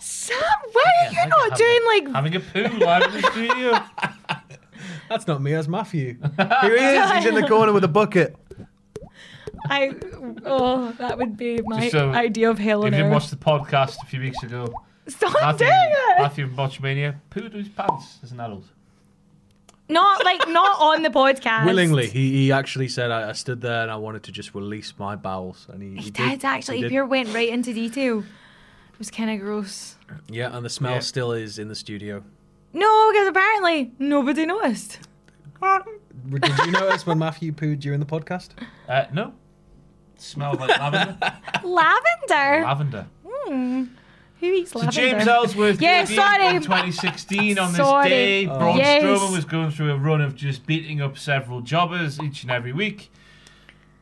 Sam, why are you not doing like
having a poo live in the
[LAUGHS]
studio.
that's not me, that's Matthew. Here [LAUGHS] he is. He's in the corner with
[LAUGHS]
a bucket.
I? Oh, that would be my
Just so-
idea of hell
if you
on
didn't
earth.
watch the podcast a few weeks
[LAUGHS]
ago,
Stop
Matthew,
doing it.
Matthew from Botchmania pooed his pants as an adult.
Not like not on the podcast.
Willingly, he, he actually said, I, I stood there and I wanted to just release my bowels, and he,
He did actually. He pure went right into detail. It was kind of gross.
Yeah, and the smell
Yeah.
still is in the studio.
No, because apparently nobody noticed.
Did you notice when Matthew pooed during the podcast? [LAUGHS]
Uh, no, smelled like lavender.
Lavender.
lavender.
Who eats
So
lavender?
James Ellsworth
Yeah,
debuted
sorry.
in 2016 on this
Sorry.
day. Braun
Yes.
Strowman was going through a run of just beating up several jobbers each and every week.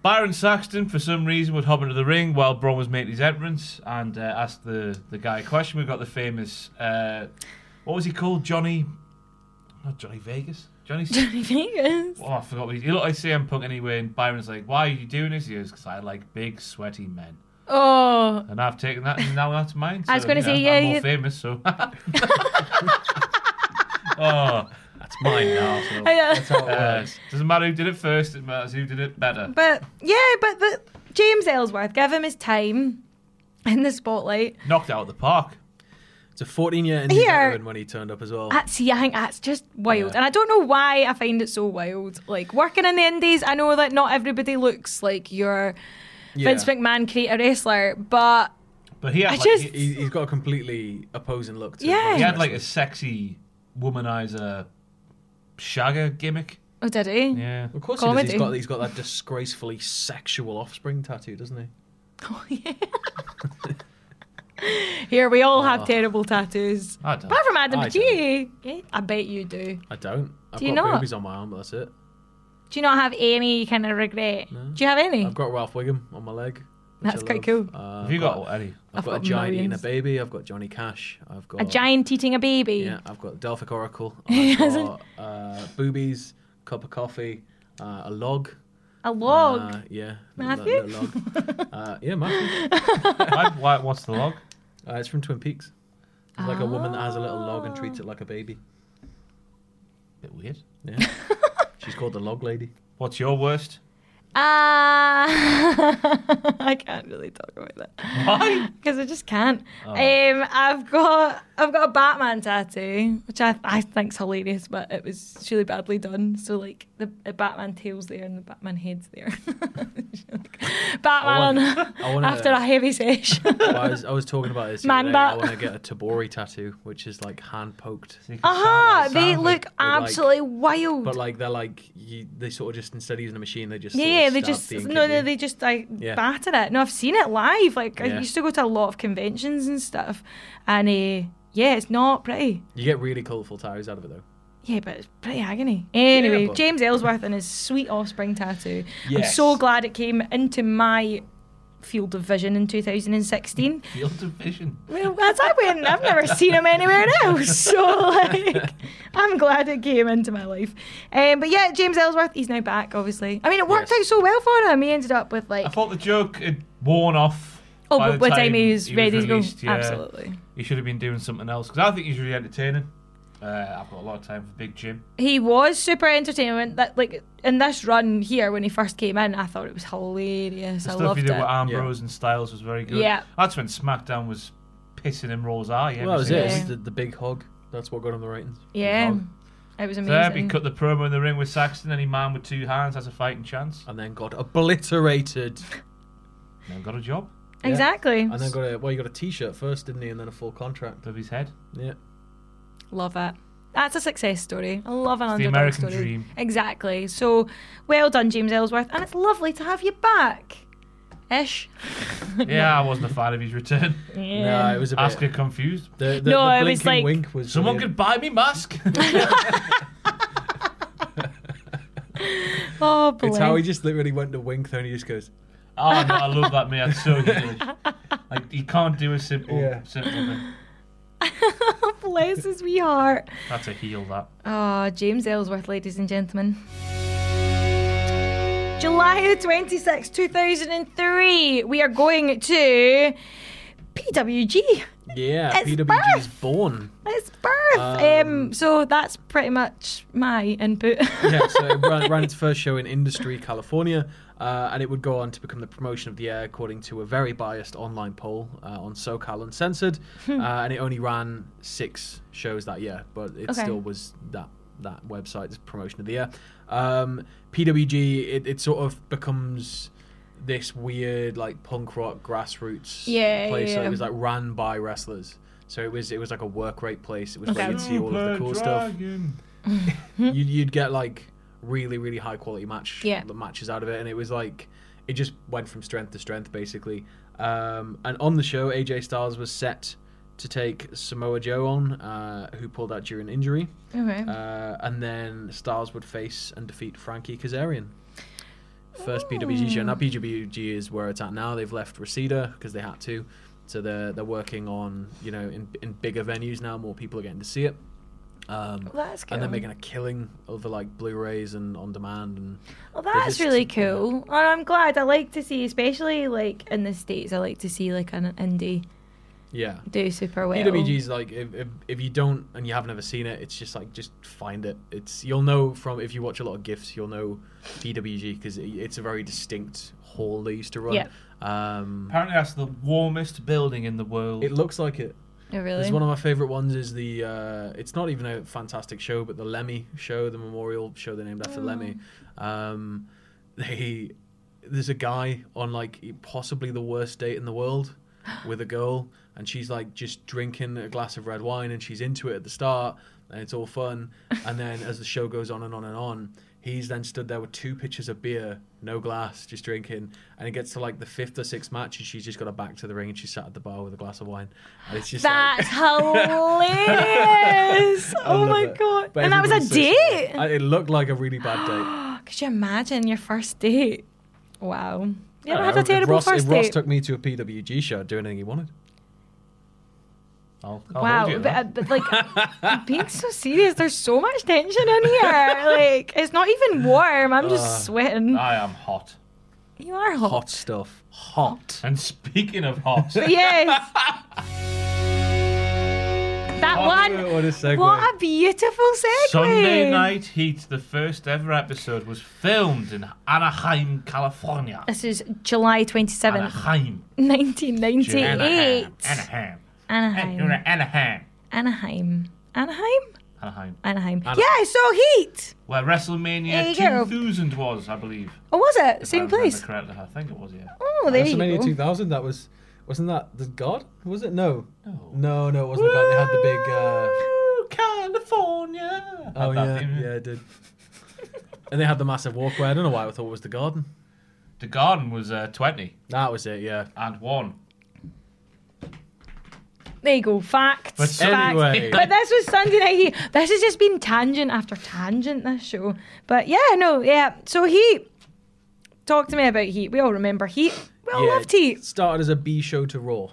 Byron Saxton, for some reason, would hop into the ring while Braun was making his entrance and uh, asked the, the guy a question. We've got the famous, uh, what was he called? Johnny, not Johnny Vegas?
[LAUGHS]
Johnny,
Johnny Vegas.
oh, I forgot what he, he looked like CM Punk anyway. And Byron's like, why are you doing this? He goes, because I like big, sweaty men.
Oh,
And I've taken that, and now that's mine.
I was
so,
gonna
you
say,
know,
yeah,
I'm more
you-
famous,
[LAUGHS]
so. [LAUGHS] oh, that's mine now. So.
yeah.
that's how it works. doesn't matter who did it first; it matters who did it better.
but yeah, but the James Ellsworth, give him his time in the spotlight.
Knocked out of the park.
It's a 14 year
Here.
interview when he turned up as well.
That's see, I think that's just wild, and I don't know why I find it so wild. Like working in the Indies, I know that not everybody looks like your
Yeah.
Vince McMahon creator wrestler, but
But he had,
I
like,
just-
he,
He, he's got a completely opposing look to
Yeah.
he had like a sexy womanizer shagger gimmick.
oh, did he?
Yeah,
Of course he does.
Comedy.
He's got, he's got that disgracefully sexual offspring tattoo, doesn't he?
Here we all have terrible tattoos.
I don't.
Apart from Adam
Oh. I
McKay, Yeah, I bet you do.
I don't. I've
Do you
got
not?
boobies on my arm, but that's it.
Do you not have any kind of regret? Do you have any?
I've got Ralph Wiggum on my leg. which
That's
I
quite
love.
cool.
Uh,
Have you got, any?
I've, got,
got
a giant eating a
millions.
baby. I've got Johnny Cash. I've got
a giant eating a baby.
Oh. Yeah, I've got Delphic Oracle.
[LAUGHS]
I've got uh, boobies, cup of coffee, uh, a log.
A log.
Uh, yeah, little-
Matthew?
little log. uh, yeah, Matthew.
Why, why, what's the log?
Uh, it's from Twin Peaks. It's like a woman that has a little log and treats it like a baby.
Bit weird.
She's called the Log Lady.
What's your worst?
Uh, Ah. [LAUGHS] I can't really talk about that [LAUGHS]
Why?
because I just can't.
Oh.
Um, I've got I've got a Batman tattoo, which I I think's hilarious, but it was really badly done. So like the, the Batman tail's there and the Batman head's there. [LAUGHS]
I
Batman
want-
on-
I wanna-
after a heavy session.
I was, I was talking about this. the
Man
other day. I
bat.
want to get a Tabori tattoo, which is like hand poked.
Aha! Ah, they
Sounds
look
like-
absolutely wild.
But like they're like you, they sort of just instead of using a machine, they just
Yeah,
sort
yeah,
of
they
stab
just
the ink
no,
in
no,
you.
they just like
Yeah.
batter it. No, I've seen it live. Like I
Yeah.
used to go to a lot of conventions and stuff, and uh, yeah, it's not pretty.
You get really colourful tattoos out of it though.
Yeah, but it's pretty agony. Anyway,
but-
James Ellsworth and his sweet offspring tattoo. I'm
Yes.
so glad it came into my field of vision in 2016.
Field of vision.
Well, As I went, I've never seen him anywhere else. [LAUGHS] So, like, I'm glad it came into my life. Um, but yeah, James Ellsworth, he's now back, obviously. I mean, it worked
Yes.
out so well for him. He ended up with, like,
I thought the joke had worn off.
oh,
by
but
the
by the time he was
he
ready to go.
released, yeah.
Absolutely.
He should have been doing something else because I think he's really entertaining. Uh, I've got a lot of time for Big Jim.
He was super entertaining. When That, like, in this run here, when he first came in, I thought it was hilarious.
The
I
stuff
loved
he
it.
did with Ambrose and Styles was very good.
Yeah.
That's when SmackDown was pissing in Raw's eye. every
Well, that was
single
it. It was
Yeah.
the, the big hug. That's what got him the ratings.
yeah.
Hog.
It was
There, he
amazing.
cut the promo in the ring with Saxton. Any man with two hands has a fighting chance.
And then got obliterated.
And then got a job.
Exactly.
And then got a well, you got a T-shirt first, didn't he? And then a full contract.
Above
[LAUGHS]
his head.
Yeah.
Love it. That's a success story. I love an
the
underdog
American
story.
dream.
Exactly. So, well done, James Ellsworth, and it's lovely to have you back. Ish.
Yeah, I wasn't a fan of his return.
No, it was a bit.
Asker confused.
The, the,
No,
the
it was
blinking
like-
wink was
Someone could
brilliant.
buy me mask. [LAUGHS]
Oh, bless.
It's how he just literally went to wink, though, and he just goes,
Oh no, I love that man. That's so huge. Like you can't do a simple,
Yeah.
simple thing.
[LAUGHS] bless his wee heart.
That's a heel. That
Oh, James Ellsworth, ladies and gentlemen. July twenty sixth, 2003. We are going to PWG.
"Yeah,
It's
PWG's
birth.
born."
It's birth.
Ah.
Um, so that's pretty much my input.
yeah, so it ran, ran its first show in Industry, California, uh, and it would go on to become the promotion of the year, according to a very biased online poll uh, on SoCal Uncensored. uh,
Hmm.
and it only ran six shows that year, but it
Okay.
still was that that website's promotion of the year. Um, PWG, it, it sort of becomes this weird like punk rock grassroots
Yeah,
place.
yeah,
So
yeah.
it was like ran by wrestlers. So it was it was like a work rate place. It was
Okay.
where you'd see all of the cool stuff you'd, you'd get like really really high quality match
Yeah.
the matches out of it and it was like it just went from strength to strength basically um, and on the show aj styles was set to take samoa joe on uh, who pulled out during injury
[LAUGHS] okay.
uh, and then styles would face and defeat frankie kazarian first pwg show now pwg is where it's at now they've left reseda because they had to so they're, they're working on you know in, in bigger venues now more people are getting to see it um,
That's
and they're
cool.
making a killing over like Blu-rays and on demand and
Well,
they
that's
just-
really cool. And I'm glad. I like to see, especially like in the states, I like to see like an indie
yeah.
do super well.
PWG's like if, if if you don't and you have never seen it, it's just like just find it. It's you'll know from if you watch a lot of gifs, you'll know PWG because it, it's a very distinct hall they used to run.
Yeah.
Um,
Apparently, that's the warmest building in the world.
it looks like it.
Oh, really.
There's one of my favorite ones is the uh, it's not even a fantastic show, but the Lemmy show, the memorial show they named after Lemmy. Um, they there's a guy on like possibly the worst date in the world with a girl, and she's like just drinking a glass of red wine, and she's into it at the start, and it's all fun, and then as the show goes on and on and on. He's then stood there with two pitchers of beer, no glass, just drinking. And it gets to like the fifth or sixth match, and she's just got her back to the ring, and she's sat at the bar with a glass of wine. And it's just like-
That's
[LAUGHS]
hilarious!
I
oh
love
my
it.
god!
But
and that was a
everybody's so
date.
sweet. I- It looked like a really
[GASPS]
bad date.
Could you imagine your first date? Wow. You ever had
Uh,
a terrible
if Ross,
first
if Ross
date?
took me to a PWG show, I'd do anything he wanted.
I'll, I'll
Wow,
hold you to
but, uh,
that.
but like I'm being so serious, there's so much tension in here. Like it's not even warm. I'm just sweating.
uh,
I am hot.
you are hot. [LAUGHS]
Hot stuff. Hot. [LAUGHS]
And speaking of hot,
Yes. That one.
What a segue.
What a beautiful segue.
Sunday Night Heat, the first ever episode, was filmed in Anaheim, California.
This is July 27th,
Anaheim.
1998.
Anaheim. Anaheim.
Anaheim.
Anaheim.
Anaheim. Anaheim?
Anaheim.
Anaheim. Yeah, so Heat.
Where
There you
WrestleMania
go.
2000 was, I believe.
Oh, was it?
if I
Same
remember
place.
Correctly. I think it was, yeah.
Oh, there you
WrestleMania
go.
2000. That was wasn't that the God? Was it no? No, no, it wasn't God. They had the big. Uh,
Ooh, California.
oh
Had
yeah,
that theme.
yeah, it did. [LAUGHS] and they had the massive walkway. I don't know why I thought it was the Garden.
The Garden was uh, 20
That was it. Yeah.
and 1.
There you go. Facts.
But
Facts.
anyway.
But this was Sunday Night Heat. This has just been tangent after tangent, this show. But yeah, no, yeah. So Heat. Talk to me about Heat. We all remember Heat. We all
yeah,
loved Oh, Heat.
Started as a B show to Raw.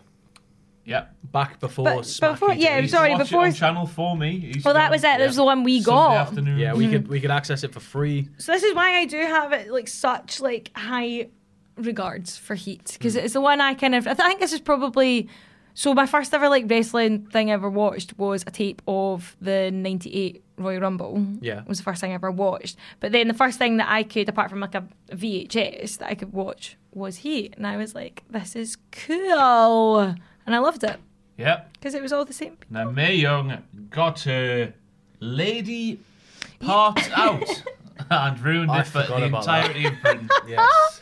Yep.
Back before
But
Smack
before-
You to
yeah,
Eat.
I'm sorry,
Watch
before-
It on channel 4 me. Eastern,
Well, that was it. That was the one we Mm-hmm.
Sunday
got.
afternoon.
Yeah, we could we could access it for free.
So this is why I do have it like such like high regards for Heat because
Hmm.
it's the one I kind of I think this is probably so my first ever like wrestling thing I ever watched was a tape of the '98 Royal Rumble.
Yeah.
was the first thing I ever watched. But then the first thing that I could, apart from like a VHS that I could watch, was Heat, and I was like, "This is cool," and I loved it
Yep.
because it was all the same.
Now, Mae Young got her lady part
[LAUGHS]
out and ruined
I
it for
forgot
the
about that.
entirety of Britain.
[LAUGHS] Yes.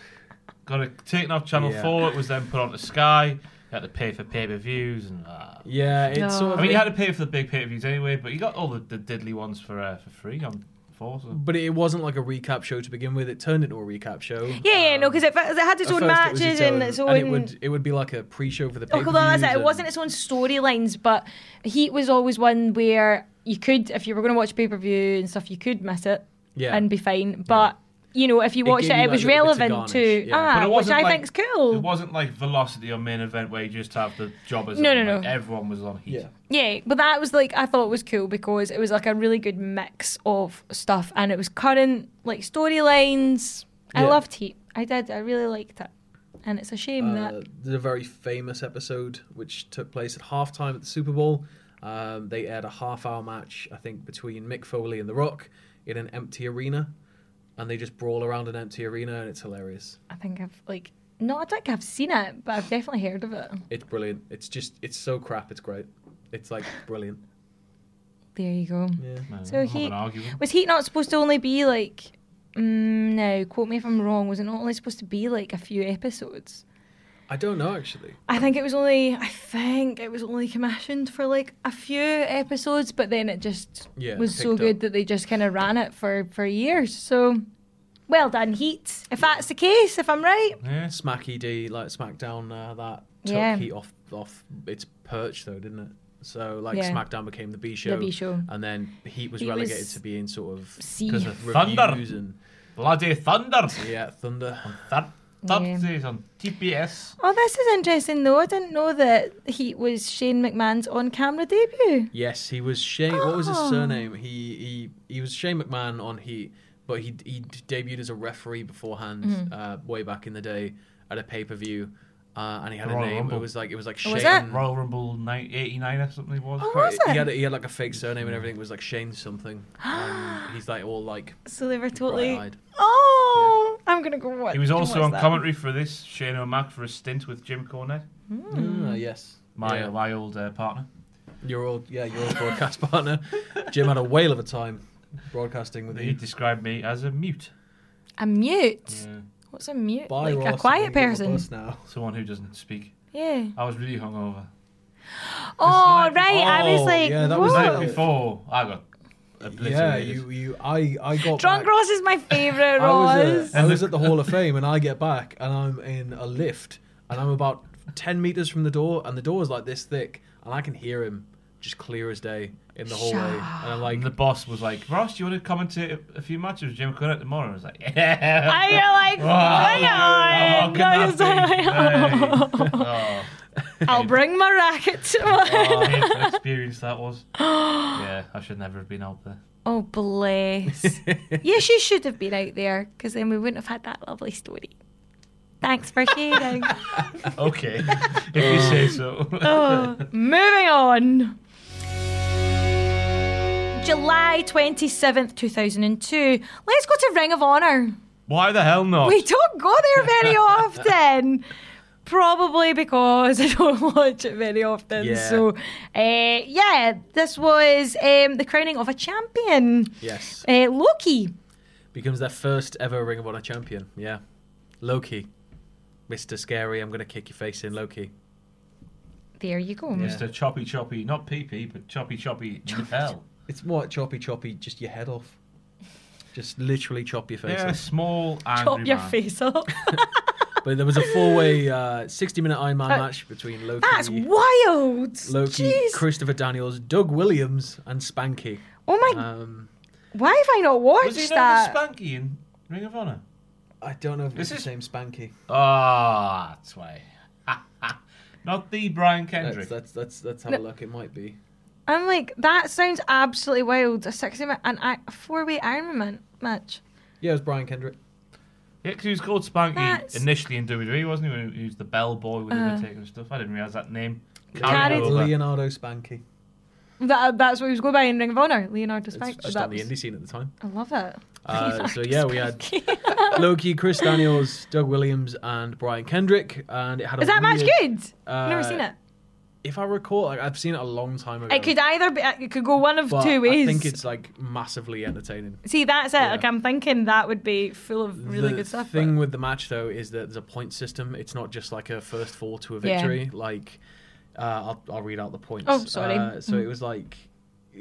Got it taken off Channel
Yeah.
4. It was then put onto Sky. You had to pay for pay per views and uh,
yeah. It's sort of.
I mean, you had to pay for the big pay per views anyway, but you got all the, the diddly ones for uh, for free on 4. So.
but it wasn't like a recap show to begin with. It turned into a recap show.
Yeah, yeah, no, because it, it had its
Um, At
own
first it was
matches
its
and
own-
its own.
it would it would be like a pre-show for the
Oh,
pay-per-views.
well, that's it. It
and-
wasn't its own storylines, but Heat was always one where you could, if you were going to watch pay per view and stuff, you could miss it
Yeah.
and be fine. But you know, if you watched it,
gave you,
it was
like, little bits of
relevant to
garnish, yeah.
ah,
But it
which
wasn't
I
like-
think's
It
cool.
wasn't like Velocity or main event where you just have the jobbers.
No,
on,
no,
like,
no.
Everyone was on heat.
Yeah.
Yeah, but that was like I thought it was cool because it was like a really good mix of stuff, and it was current like storylines. I
Yeah.
loved Heat. I did. I really liked it, and it's a shame that
Uh, there's a very famous episode which took place at halftime at the Super Bowl. Um, they aired a half-hour match, I think, between Mick Foley and The Rock in an empty arena, and they just brawl around an empty arena, and it's hilarious.
I think I've like no, I don't think I've seen it, but I've definitely heard of it.
It's brilliant. It's just it's so crap. It's great. It's like brilliant.
There you go. So
I'm
he
not arguing.
was Heat not supposed to only be like? Mm, no, quote me if I'm wrong. Was it not only supposed to be like a few episodes?
I don't know actually.
I think it was only. I think it was only commissioned for like a few episodes, but then it just
Yeah,
was so
picked
good
up.
that they just kind of ran it for for years. So, well done, Heat. If that's the case, if I'm right.
Mm-hmm. Smack ED like SmackDown uh, that took
Yeah.
heat off off its perch though, didn't it? So like
Yeah.
SmackDown became the B show,
B show.
and then Heat was
Heat
relegated
was
to being sort of
See,
Because of
reviews
Thunder.
and
Bloody Thunder.
yeah, Thunder.
Thir- Thursdays on TPS.
oh, this is interesting though. I didn't know that Heat was Shane McMahon's on-camera debut.
Yes, he was Shane. What was his
Ah.
surname? He he he was Shane McMahon on Heat, but he he debuted as a referee beforehand
Mm-hmm.
uh, way back in the day at a pay per view, uh, and he had a
Royal
name.
Rumble.
It was like it was like
Oh, was
Shane.
it?
Royal Rumble 9, 89 or something it was.
Was
He
it?
had, a- he had like a fake surname and everything. It was like
[GASPS]
Shane something. Um, he's like all like
So they were totally.
Bright-eyed.
Oh, I'm gonna go watch.
He was also
watch
on
that.
commentary for this, Shane O'Mac, for a stint with Jim Cornette,
Ah, yes.
my,
yeah.
my old uh, partner.
your old yeah, your old broadcast [LAUGHS] partner. Jim had a whale of a time broadcasting with
He
you.
described me as a mute.
A mute. What's a mute?
Bye,
like
Ross,
a
I'm
quiet
gonna get on
person.
the bus now.
Someone who doesn't speak.
Yeah.
I was really hungover.
Oh
night
right, I was
before.
like,
Yeah, that
whoa.
was
The
Oh.
night before, I got
Yeah,
obliterated.
you you I I got
Drunk
back.
Ross is my favourite
I
Ross.
was, uh, I was at the Hall of Fame and I get back and I'm in a lift and I'm about ten meters from the door and the door is like this thick and I can hear him just clear as day in the hallway and I'm like
And the boss was like, Ross, do you want to commentate a- a few matches with Jim Cornette tomorrow? I was like, [LAUGHS]
I
yeah.
you're [LAUGHS] like, hang
How
on.
can [LAUGHS] that
guys, hang on.
be? Hey. [LAUGHS] Oh,
[LAUGHS] I'll bring my racket tomorrow. [LAUGHS]
oh, hateful experience that [GASPS] was. Yeah, I should never have been out there.
Oh [LAUGHS] bless. yes, you should have been out there because then we wouldn't have had that lovely story. Thanks for [LAUGHS] sharing.
[LAUGHS] Okay, if you say so.
Moving on. July 27th, 2002. Let's go to Ring of Honor.
Why the hell not?
[LAUGHS] We don't go there
[LAUGHS]
very often. Probably because I don't [LAUGHS] watch it very often.
Yeah.
So, uh, yeah, this was um, the crowning of a champion.
[LAUGHS] Yes.
Uh, Loki.
Becomes their first ever Ring of Honor champion. Yeah. Loki. Mr. Scary, I'm going to kick your face in, Loki.
There you go.
Mr. Choppy Choppy, not pee pee, but Choppy Choppy hell.
It's more choppy, choppy, just your head off. Just literally chop your face
Yeah,
off.
small angry
Chop your
man.
face
[LAUGHS]
up.
But there was a four-way, uh, sixty-minute Iron Man
Uh,
match between Loki,
That's wild.
Loki,
Jeez.
Christopher Daniels, Doug Williams, and Spanky.
oh my.
Um,
why have I not watched
Was he known as
that?
Spanky in Ring of Honor?
I don't know if
This
it's the
is-
same Spanky.
Ah, that's why. [LAUGHS] not the Brian
That's
Kendrick.
that's that's, that's how luck it might be.
I'm like, that sounds absolutely wild. A 60 minute and a four way Iron Man match.
Yeah, it was Brian Kendrick.
Yeah, 'cause he was called Spanky
That's- Uh.
initially in WWE, wasn't he? When he was the bellboy with Undertaker and stuff. I didn't realize that name.
Carried-
over.
Leonardo Spanky.
That, that's what he was going by in Ring of Honor, Leonardo
It's
Spank.
just
that
on the
was-
indie scene at the time.
I love it. [LAUGHS]
Uh, so yeah, we had [LAUGHS] Loki, Chris Daniels, Doug Williams, and Brian Kendrick, and it had.
Is
a
that match
weird-
good? I've
uh,
Never seen it.
If I recall, like, I've seen it a long time ago.
It could either be, it could go one of
but
two ways.
I think it's like massively entertaining.
See, that's it. Like I'm thinking that would be full of really
the
good stuff. but-
thing with the match though is that there's a point system. It's not just like a first four to a
Yeah.
victory. Like uh, I'll, I'll read out the points.
Oh, sorry.
Uh, so it was like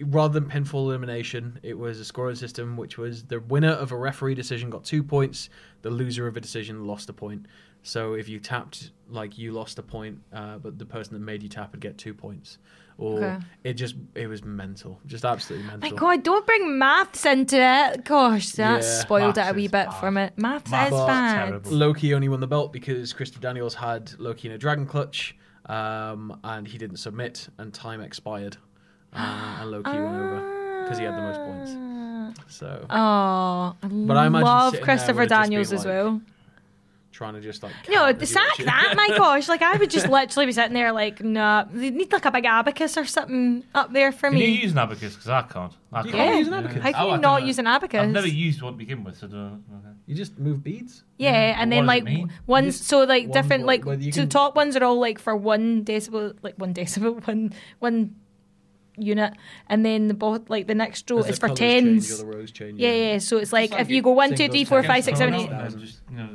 rather than pinfall elimination, it was a scoring system, which was the winner of a referee decision got two points. The loser of a decision lost a point. So if you tapped, like you lost a point, uh, but the person that made you tap would get two points. Or
Okay.
it just it was mental, just absolutely mental.
My God, don't bring maths into it. Gosh, that
Yeah,
spoiled it
maths
a wee
is
bit
bad.
for me. Maths,
Maths
is
is
bad.
terrible.
Loki only won the belt because Christopher Daniels had Loki in a dragon clutch, um, and he didn't submit, and time expired, uh, and Loki went over because he had the most points. So
Oh, I
But I imagine
love
sitting there
Christopher
would have just
Daniels
been
as
like-
well.
trying to just like
No,
count as you
sack
watch it.
that,
[LAUGHS]
my gosh. Like, I would just literally be sitting there, like, nah, they need like a big abacus or something up there for
Can you
me.
use an abacus? Because I can't. I can't.
can't
Yeah.
use an abacus?
How can
Oh, I
you
don't
not
know.
use an
I've
abacus?
never used one to begin with, so I don't know. Okay.
You just move beads.
yeah, and then
What does it
like
mean?
ones,
Just
so like
one
different,
wo-
like
whether you
so
can-
top ones are all like for one decibel, like one [LAUGHS] decibel, one one unit, and then the bot, like the next row
As the
is Oh, for
colours change
tens.
or the rows change,
Yeah, yeah. So it's like
like
if you go one, two,
singles
three, four,
tagging.
five, six, seven,
No,
eight.
no, no, just, you know,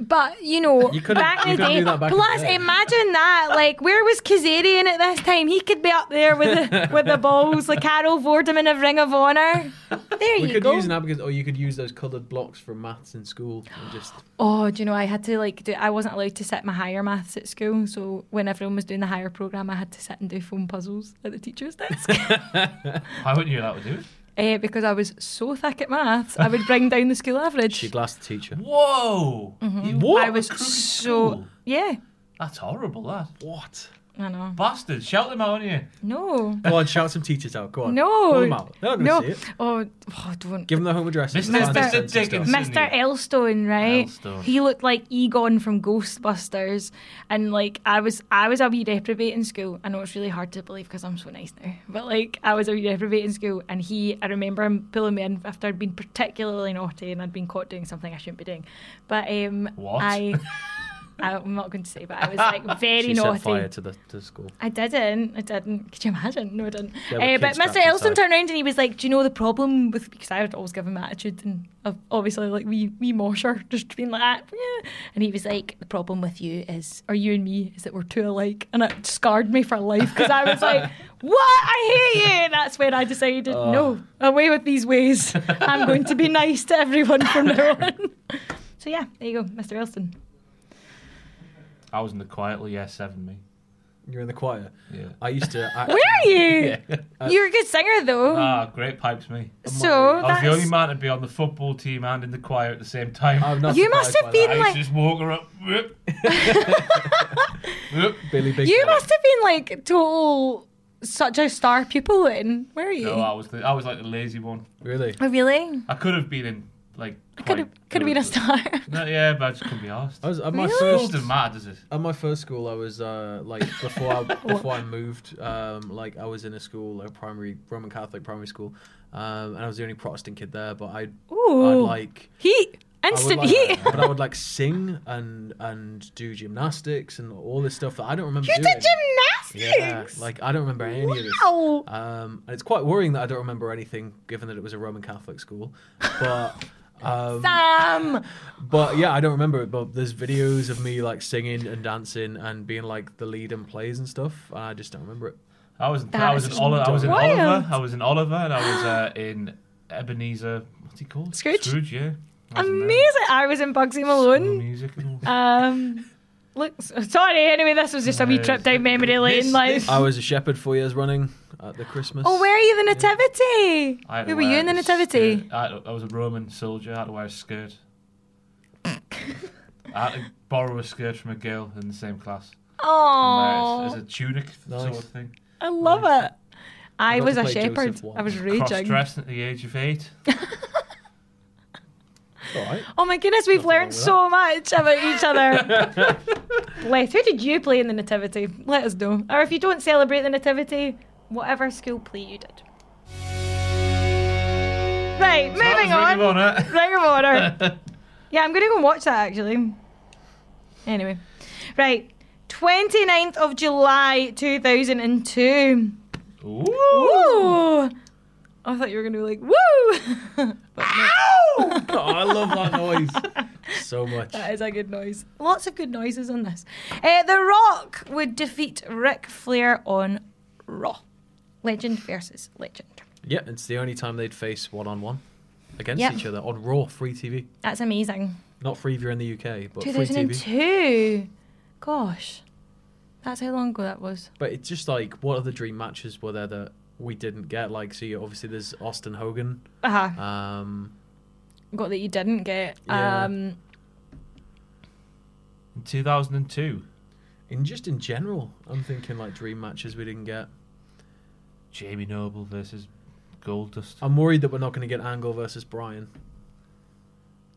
But you know,
You couldn't-
back
you
in the
couldn't
day.
do that back in the
plus,
day.
imagine that. Like, where was Kazarian at this time? He could be up there with the, with the
[LAUGHS]
balls, like Carol Vorderman of Ring of Honor. There
We
you
could
go.
use an abacus, or you could use those coloured blocks from maths in school
[GASPS]
and just
oh, do you know? I had to like do. I wasn't allowed to sit my higher maths at school, so when everyone was doing the higher program, I had to sit and do phone puzzles at the teacher's desk.
why wouldn't you allow it to do it?
Eh, because I was so thick at maths, I would bring down the school average.
she glassed the teacher.
Whoa! You- What?
Mm-hmm. I was
Crooked
so
school?
yeah.
That's horrible, that.
What?
I know.
Bastards, shout them out, on you?
No.
Go on, shout some teachers out. Go on.
No.
Pull them out. They're not
no.
going to see it.
Oh, oh, don't.
Give them their home addresses.
Mr.
Find
Mr.
out some stuff.
Dickens.
Mr. Elstone, right?
Elstone.
He looked like Egon from Ghostbusters, and like I was, I was a wee reprobate in school. I know it's really hard to believe because I'm so nice now, but like I was a wee reprobate in school, and he, I remember him pulling me in after I'd been particularly naughty and I'd been caught doing something I shouldn't be doing. But um,
What?
I, I'm not going to say, but I was like very
She
naughty.
set fire to the to school.
I didn't. I didn't. Could you imagine? No, I didn't.
There were
Uh, but
kids trapped
Mr. Elson
inside.
turned around and he was like, "Do you know the problem with?" Because I would always give him attitude, and I've obviously like we we mosher [LAUGHS] just being like that. Yeah. And he was like, "The problem with you is, or you and me, is that we're too alike," and it scarred me for life because I was like, "What? I hate you!" And that's when I decided, no, away with these ways. I'm going to be nice to everyone from now on. so yeah, there you go, Mr. Elston.
I was in the quietly, yeah, seven me.
You're in the choir.
Yeah.
I used to. Act-
Where are
[LAUGHS]
you? You're a good singer though.
Ah, great pipes me.
so
I was
that's.
the only man to be on the football team and in the choir at the same time.
I'm not
You must
surprised
have
by that.
been
I
like-
used to just walk her up.
[LAUGHS]
whoop. [LAUGHS] Whoop.
Billy Big.
You
Billy.
must have been like total such a star pupil then. Where are you?
No, I was the, I was like the lazy one.
really.
oh, really?
I could have been in like
Could have could have been a star.
No, yeah, but I just couldn't be asked.
I was, at my
Schools
first
didn't matter, does it?
at my first school, I was uh, like
[LAUGHS]
before I, before I moved, um, like I was in a school, a primary Roman Catholic primary school, um, and I was the only Protestant kid there. But I, I'd
Ooh.
like
Heat.
I would
Instant
like,
heat.
[LAUGHS] but I would like sing and and do gymnastics and all this stuff that I don't remember
You [LAUGHS]
doing.
did gymnastics. Oh,
Yeah, like I don't remember any of this.
Wow.
Um, and it's quite worrying that I don't remember anything, given that it was a Roman Catholic school.
[LAUGHS]
But um,
Sam.
but yeah, I don't remember it. But there's videos of me like singing and dancing and being like the lead in plays and stuff. And I just don't remember it.
I was,
That
I was in,
is
Oli- I was in
wild.
Oliver. I was in Oliver, and I was uh, in Ebenezer. What's he called?
Scrooge?
Scrooge, yeah. I was in there.
Amazing. I was in Bugsy
All
Malone.
music and all.
Um, look, s- sorry. Anyway, this was just a wee
Uh,
trip down memory lane.
this-
like,
this-
I was a shepherd four years running at the Christmas.
oh, where are you in the nativity?
I had to
Who were you
wear
in the
a
nativity?
skirt. I, had to- I was a Roman soldier. I had to wear
[LAUGHS]
a skirt. I had to borrow a skirt from a girl in the same class.
Oh,
As, as a tunic sort
Nice.
of thing.
I love it. I
got
was
to
a
play
shepherd.
Joseph Wong.
I was
Cross
raging.
dressed at the age of eight.
All right.
Oh my goodness, we've learned so much about each other.
[LAUGHS]
Bless. Who did you play in the nativity? Let us know. Or if you don't celebrate the nativity, whatever school play you did. Right, moving
That
on. eh?
was Ring of Honor.
Ring of
[LAUGHS]
Honor. yeah, I'm going to go and watch that actually. Anyway. Right. 29th of July 2002.
Ooh.
Woo! I thought you were going to be like, woo! [LAUGHS] but no,
Oh, I love
[LAUGHS]
that noise so much.
that is a good noise. Lots of good noises on this. Uh, the Rock would defeat Ric Flair on Raw. Legend versus legend.
Yeah, it's the only time they'd face one on one against
Yep.
each other on Raw free TV.
That's amazing.
Not free if you're in the UK, but free TV.
2002. Gosh. That's how long ago that was.
But it's just like, what other dream matches were there that we didn't get? Like, see, obviously there's Austin Hogan.
Uh-huh.
Um,
Got that you didn't get.
Yeah.
Um,
In 2002.
and just in general, I'm thinking like dream matches we didn't get.
Jamie Noble versus Goldust.
I'm worried that we're not going to get Angle versus Bryan.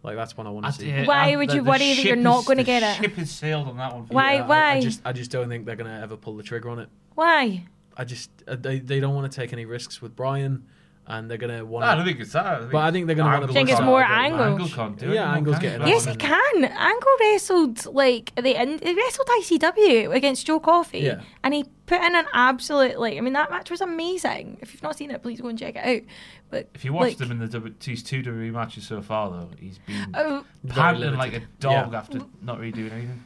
Like that's one I want
I
to see.
did-
Why
I-
would
the-
you
the
worry that
ship
you're not
is-
gonna
the
get it?
Ship is sailed on that one. for me.
Why-
Yeah, I- I,
why?
just I just don't think they're going to ever pull the trigger on it.
why?
I just uh, they they don't want to take any risks with Bryan, and they're going to want.
I don't think it's that.
But I think they're gonna wanna
Angle
think
it's
can't-
more Angle.
Angle can't do it.
Yeah,
No one
Angle's
can.
getting
No
it.
Yes,
one
he
Roman.
can. Angle wrestled like at the end. He wrestled ICW against Joe Coffey,
Yeah.
and he put in an absolute like. I mean, that match was amazing. If you've not seen it, please go and check it out. But
If you
like,
watch him in the w- these two WWE matches so far, though, he's been
Oh.
Very
paddling like a
limited.
dog
Yeah.
after not really doing anything.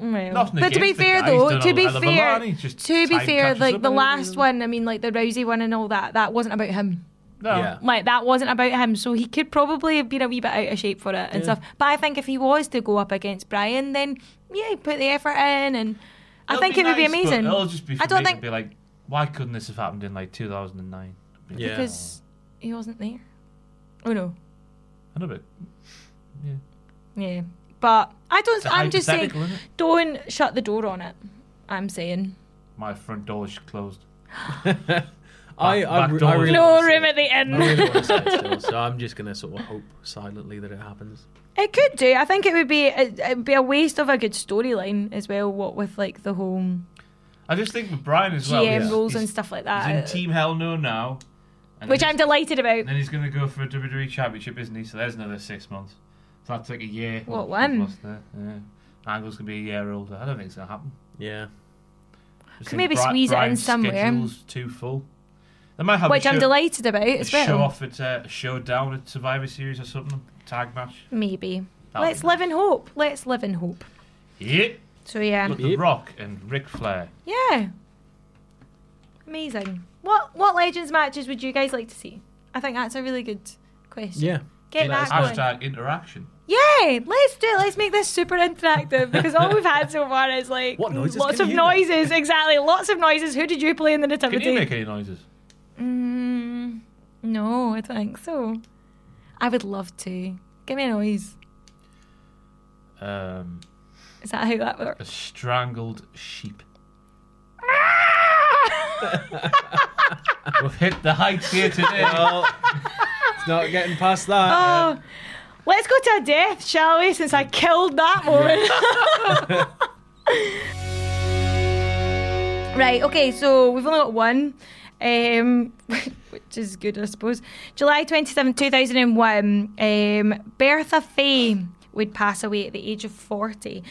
well.
Nothing
Oh. but to be
against the
fair
guy,
though,
he's done
to
a
be
hell of a
fair,
lot, he's just
to be
time
fair,
catches
like
up
the
and
last
everything.
one. I mean, like the Rousey one and all that. That wasn't about him.
No.
Yeah.
Like that wasn't about him, so he could probably have been a wee bit out of shape for it and stuff. But I think if he was to go up against Brian, then yeah, he put the effort in, and I
It'll
think it would be
nice, but
amazing.
It'll just be. For
I don't
me to
think
Be like, why couldn't this have happened in like 2009?
Yeah.
because he wasn't there. Oh no,
I know, but
yeah, but I don't.
It's a
I'm just saying,
hypothetical, isn't
don't shut the door on it. I'm saying
my front door is closed.
I I,
Back
re-
door.
I really
no
wanna see
room
it.
at the
I
inn.
really want to see it still, so I'm just going to sort of hope silently that it happens.
It could do. I think it would be it, it'd be a waste of a good storyline as well. What with like the whole
I just think with Brian as well.
GM
he's-
rules and
he's-
stuff like
He's in
that, uh,
Team Hell No now. and
which
then
I'm
he's-
delighted about.
Then he's going to go for a WWE championship, isn't he? So there's another six months. So that's like a year.
What,
He's
when?
lost there, yeah. Angle's going to be a year older. I don't think it's going to happen.
Yeah.
Just
Could
think
maybe squeeze it in
Brian's
somewhere.
schedule's too full. They might have
which
a
I'm
show,
delighted about
a
as well.
show off at uh, a showdown at Survivor Series or something. Tag match.
Maybe.
That'll
Let's
be
live in hope. Let's live in hope.
Yeah.
So yeah,
But The Rock and Ric Flair.
yeah. Amazing. What what legends matches would you guys like to see? I think that's a really good question.
Yeah.
Get
Let
that
us
going.
know.
Hashtag interaction.
Yeah, let's do it. Let's make this super
[LAUGHS]
interactive because all we've had so far is like
What noises
lots
can
of
you make?
noises. Exactly, lots of noises. Who did you play in the
Can
nativity?
you make any noises?
Mm, no, I don't think so. I would love to. Give me a noise.
Um,
Is that how that works?
a strangled sheep.
Ah!
We've hit the heights here today.
Well, it's not getting past that. Um,
Oh, Let's go to a death, shall we? Since I killed that woman. right, okay, so we've only got one, um, [LAUGHS] which is good, I suppose. July 27, 2001, um, Bertha Faye would pass away at the age of 40.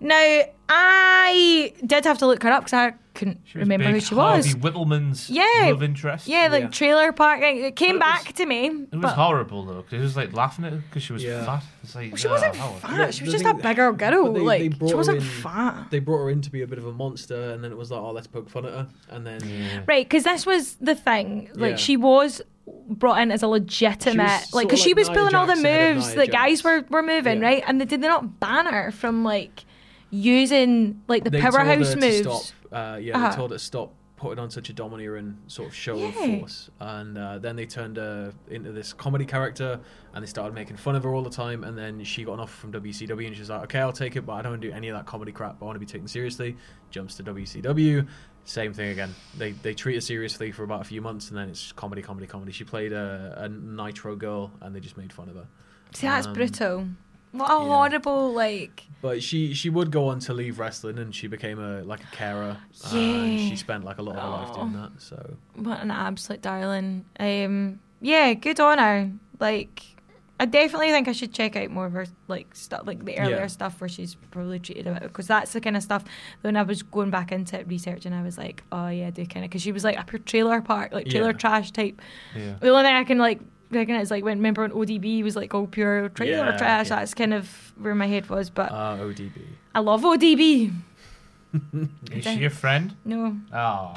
Now, I did have to look her up because I couldn't remember
big
who she was.
Harvey Whittleman's
Yeah.
love interest.
Yeah, like
Yeah.
trailer park. like, It came
But it was-
back to me.
It was
but
horrible though, because it was like laughing at her because she was
Yeah.
fat. It's like
she
oh,
wasn't
that was-
fat. She was
the
just a
thing-
bigger girl.
but they- they
like
brought
she
her
wasn't
in-
fat.
They brought her in to be a bit of a monster, and then it was like, oh, let's poke fun at her, and then
Right, because this was the thing. Like
Yeah.
she was brought in as a legitimate,
sort
like,
of
because she
like
was
Nia
pulling all the
Jax ahead of
moves
Nia
that guys
Jax.
were were moving,
Yeah.
right? And they, did they not ban her from like using like the
they
powerhouse
told her
moves?
To stop, uh, yeah,
Uh-huh.
they told her to stop putting on such a domineering sort of show of
Yeah.
force, and uh, then they turned her into this comedy character, and they started making fun of her all the time. And then she got an offer from WCW, and she's like, "Okay, I'll take it, but I don't want to do any of that comedy crap. I want to be taken seriously." Jumps to WCW. Same thing again. They they treat her seriously for about a few months, and then it's just comedy, comedy, comedy. She played a, a Nitro girl, and they just made fun of her.
See, that's
Um,
brutal. What a horrible like.
But she she would go on to leave wrestling, and she became a like a carer. And
Yeah.
she spent like a lot of her life doing that. So
What an absolute darling. Um, yeah, good on her. Like, I definitely think I should check out more of her like stuff, like the earlier
Yeah.
stuff where she's probably treated about because that's the kind of stuff. When I was going back into it, researching, I was like, oh yeah, I do kind of because she was like a pure trailer park, like trailer
Yeah.
trash type.
Yeah.
The only thing I can like recognize, like when remember when ODB was like all pure trailer
Yeah,
trash.
yeah.
That's kind of where my head was, but
uh, ODB.
I love ODB.
Is she your friend?
No,
Oh.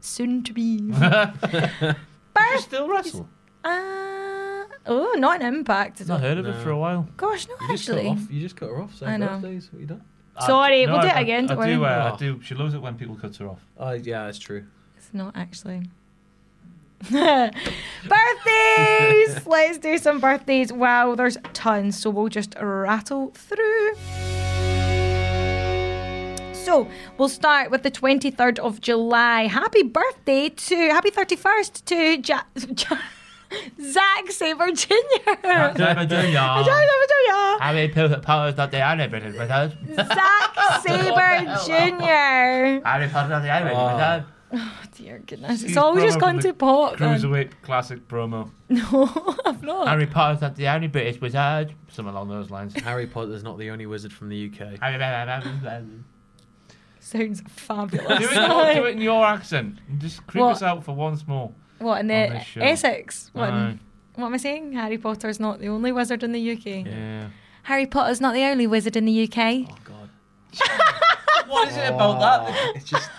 soon to
[LAUGHS]
be.
She still wrestle.
Uh, oh, not an impact. at
Not
all.
heard of
No.
her for a while.
Gosh, no,
You just cut her
actually.
off. You just cut her off. Saying
I know.
birthdays. What you done?
Uh, Sorry,
I-
we'll
no,
do
I-
it again.
I,
Don't
I do.
worry.
Uh,
Oh.
I do. She loves it when people cut her
[LAUGHS]
off.
Uh, yeah, that's true.
It's not actually. [LAUGHS]
[LAUGHS]
birthdays! Let's do some birthdays. Wow, there's tons, so we'll just rattle through. So we'll start with the 23rd of July. Happy birthday to, happy 31st to ja- [LAUGHS] Ja- Zach Sabre Jr. [LAUGHS]
I mean, perfect power is not the I never did without.
Zack Sabre Jr.
I never did the I never
Oh.
without.
Dear goodness, it's
Ah. He's
all
brought
just
up
gone
the
to pot. then.
Cruiserweight classic promo.
No, [LAUGHS] I've not.
Harry Potter's not the only British wizard. Something along those lines.
Harry Potter's not the only wizard from the
[LAUGHS]
UK.
do, [LAUGHS]
Sounds fabulous.
it, do it in your accent. And Just creep
What?
us out for once more.
[LAUGHS] What in
On
the
this show.
Essex one?
Aye.
What am I saying? Harry Potter's not the only wizard in the UK.
Yeah.
Harry Potter's not the only wizard in the UK.
Oh God.
[LAUGHS]
Ah,
What is it about that?
It's just.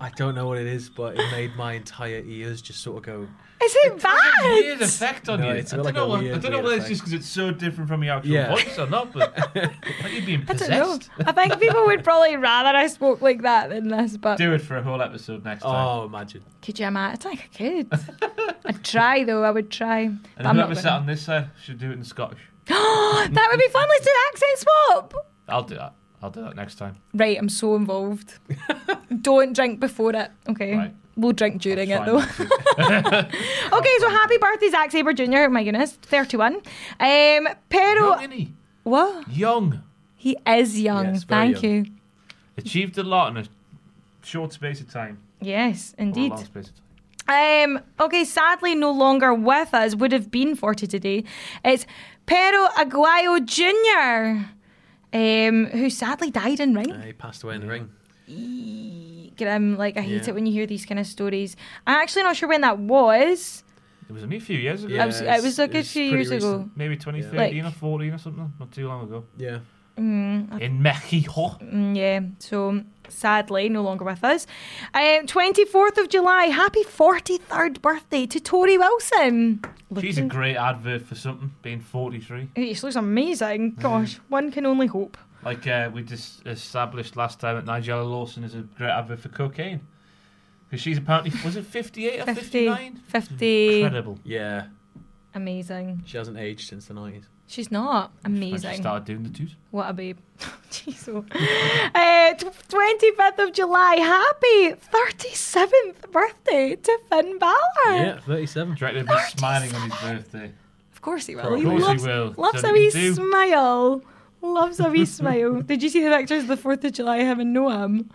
I don't know what it is, but it made my entire ears just sort of go.
Is it
Weird
bad?
effect on
No,
you.
it's
I
got
don't
like
know.
a
what-
weird,
I don't know
weird
whether it's
effect.
just because it's so different from your actual
Yeah.
voice or not, but like you're being
[LAUGHS] I don't know.
possessed.
I think people would probably rather I spoke like that than this, but
Do it for a whole episode next time.
Oh, imagine.
could you imagine? I think I could. I'd try though. I would try. But
And
I'm
whoever
not
sat
gonna.
on this side should do it in Scottish.
that would be fun. Let's do an accent swap.
I'll do that. I'll do that next time.
Right, I'm so involved.
[LAUGHS]
Don't drink before it. Okay.
Right.
We'll drink during it
Fine,
[LAUGHS]
though.
too.
Okay, so happy birthday, Zack Sabre Jr. My goodness, 31. Um, pero. [LAUGHS]
Young, isn't he?
What?
Young.
He is young.
Yes, very
Thank
young.
you.
Achieved a lot in a short space of time.
Yes,
Or a
indeed.
long space of time.
Um, okay, sadly, no longer with us, would have been 40 today. It's Pero Aguayo Jr., um, who sadly died in ring.
Uh, he passed away in the ring.
Grim, like, I hate
Yeah.
it when you hear these kind of stories. I'm actually not sure when that was.
It was only a few years ago.
I was-
Yeah,
it was a
it's-
good
it's
few
pretty
years ago.
recent.
Maybe 2013
Like-
or 14 or something. Not too long ago.
Yeah.
In Mexico.
Mm, yeah, so sadly, no longer with us. Um, 24th of July, happy 43rd birthday to Tori Wilson.
She's a great advert for something, being 43.
Hey, She looks amazing. Gosh, one can only hope.
Like uh, we just established last time that Nigella Lawson is a great advert for cocaine. Because she's apparently, was it 58 or
50,
59?
50.
Incredible.
Yeah.
Amazing.
She hasn't aged since the nineties.
She's not.
I just
Amazing.
started doing the twos.
What a babe. [LAUGHS] Jeez. oh. uh, tw- 25th of July, happy 37th birthday to Finn Balor.
Yeah, thirty-seven.
Director be smiling on his birthday.
Of course he will.
Of
He
course he
loves,
will.
Loves
Don't
a
you
wee
do?
smile. Loves a wee smile. Did you see the pictures of the 4th of July, him and Noam?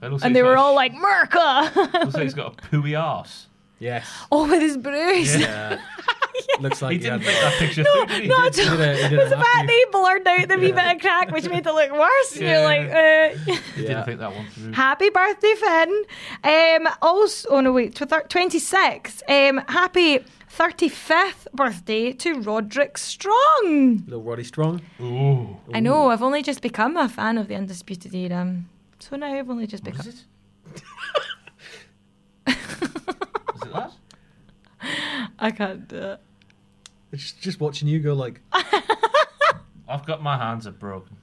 It looks
And
he's
they were
got a-
all like, Merca! [LAUGHS]
looks like he's got a pooey arse.
Yes.
oh, with his bruise.
Yeah. Looks like
He
he,
didn't
had
think
[LAUGHS]
that picture
No,
through, did
[LAUGHS]
he?
not at
did
all. [LAUGHS]
it- he did
There's
it
a fact
after
they blurred out the wee bit of crack, which made it look worse. And you're like, uh, [LAUGHS]
He
Yeah.
didn't think that one through.
Happy birthday, Finn. Um, also, oh no, wait, tw- thir- 26. Um, happy 35th birthday to Roderick Strong.
little Roddy Strong.
Ooh.
I know, I've only just become a fan of the Undisputed Era. So now I've only just
What
become.
is it? Is it that?
I can't do it.
Just, just watching you go like,
I've got my hands are broken.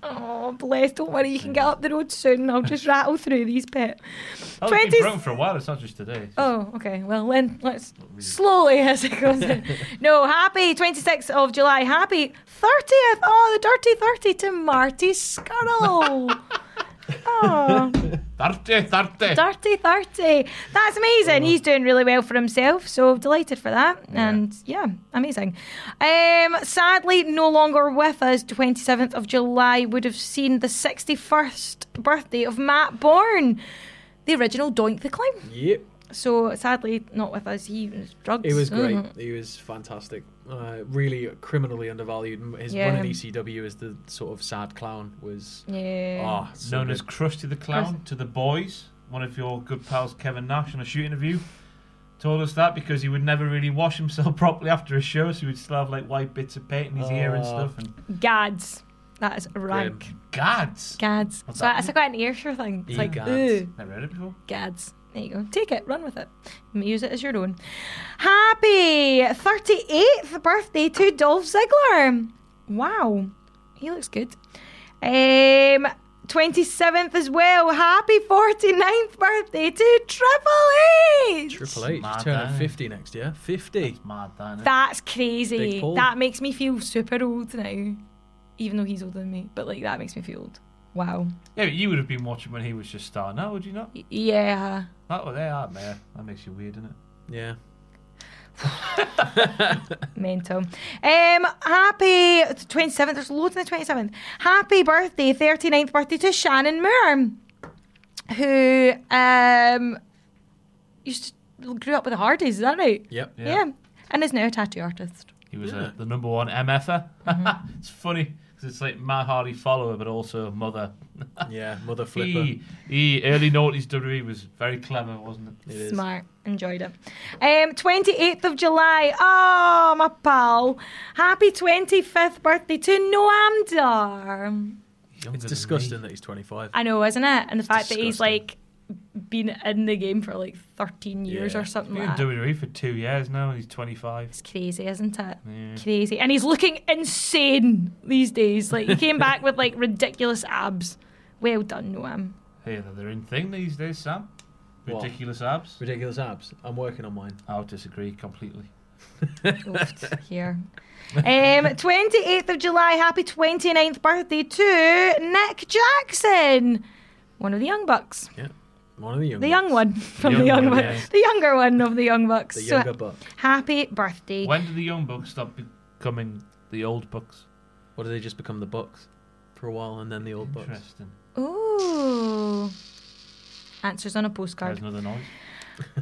Oh, bless. Don't worry, you can
Mm.
get up the road soon. I'll just rattle through these bit.
I've been
20
broken for a while. It's not just today.
Oh, okay. Well, then let's slowly [LAUGHS] as it goes
[LAUGHS]
in. No, happy 26th of July. Happy 30th. Oh, the dirty 30 to Marty
[LAUGHS]
Scuttle. oh,
Thirty, thirty.
dirty 30. That's amazing. He's doing really well for himself. So delighted for that. And yeah, amazing. Um, sadly, no longer with us. 27th of July would have seen the 61st birthday of Matt Bourne, the original Doink the Clown.
yep.
So sadly, not with us. He was drugs.
It was great.
Mm.
He was fantastic. Uh, really criminally undervalued. M- His
Yeah.
run at ECW as the sort of sad clown was.
Yeah.
ah, so
Known
good.
as Krusty the Clown to the boys, one of your good pals, Kevin Nash, on a shoot interview, told us that because he would never really wash himself [LAUGHS] properly after a show, so he would still have like white bits of paint in his ear and
Oh.
stuff. And
Gads. That is rank.
Grim.
gads.
Gads.
What's
so
that?
it's like quite an Ayrshire thing. It's like
E-gads.
ooh,
Never heard it before.
gads. There you go. Take it. Run with it. Use it as your own. Happy 38th birthday to Dolph Ziggler. Wow. He looks good. Um, 27th as well. Happy 49th birthday to Triple H.
Triple H
Mad
is turning
man.
50 next year. 50.
Mad, that, innit?
That's
Big
crazy.
Paul.
That makes me feel super old now, even though he's older than me. But like that makes me feel old. Wow.
Yeah, but you would have been watching when he was just starting out, would you not?
Y- yeah.
That was there, out there. That makes you weird, innit?
Yeah.
Mental. Um, happy 27th. There's loads on the 27th. Happy birthday, 39th birthday to Shannon Moore, who um used to grew up with the Hardys. Is that right?
Yep.
Yeah.
And is now a tattoo artist.
He was uh, the number one MFer.
Mm-hmm.
[LAUGHS] it's funny because it's like Matt Hardy follower, but also
[LAUGHS]
mother. [LAUGHS]
Yeah. Mother Flipper.
he, he early noughties WWE was very clever, wasn't it?
It is.
Smart. Enjoyed it. Um, 28th of July. Oh, my pal. Happy 25th birthday to Noam Dar.
It's disgusting that he's 25.
I know, isn't it? And the fact that he's
disgusting.
like been in the game for like 13 years
Yeah.
or something
He's
like
been
that.
in WWE for two years now, and he's 25.
It's crazy, isn't it? Crazy. And he's looking insane these days. Like, he came back with like ridiculous abs. Well done, Noam.
Hey, they're- they're in thing these days, Sam.
What?
Ridiculous abs.
Ridiculous abs. I'm working on mine.
I would disagree completely.
Oofed here. Um, 28th of July, happy 29th birthday to Nick Jackson, one of the Young Bucks.
Yeah. One of the young
The young one from
young
the Young
one,
Bucks.
yes.
The younger one of the Young Bucks.
The
So,
younger buck.
happy birthday.
When did the young bucks stop becoming the old bucks?
Or do they just become the bucks for a while and then the old bucks?
Interesting.
Ooh. Answers on a postcard.
There's another noise.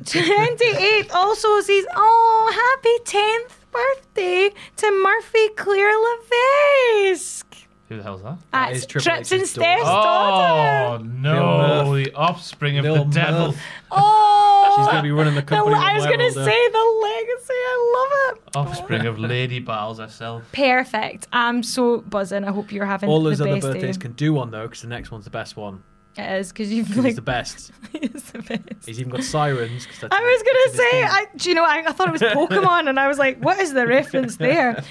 28th also says, oh, happy 10th birthday to Murphy Claire Levesque.
Who the hell's that?
That
That's
is Triple
Trips and
H's daughter.
Steph's daughter.
Oh no!
Murph.
The offspring of
Lil
the devil.
Murph.
Oh.
She's going to be running the
The,
company.
I was going to say the
say.
legacy. I love it.
Offspring
[LAUGHS]
of Lady Bowles herself.
Perfect. I'm so buzzing. I hope you're having
All those
the
other
best
birthdays
day.
can do one though, because the next one's the best one.
It is because you've
'Cause
like [LAUGHS]
he's the best.
it's the best.
He's even got sirens. 'cause that's
I was
that's
gonna
his
say,
thing.
I, do you know, I, I thought it was Pokemon, and I was like, what is the reference
[LAUGHS]
there?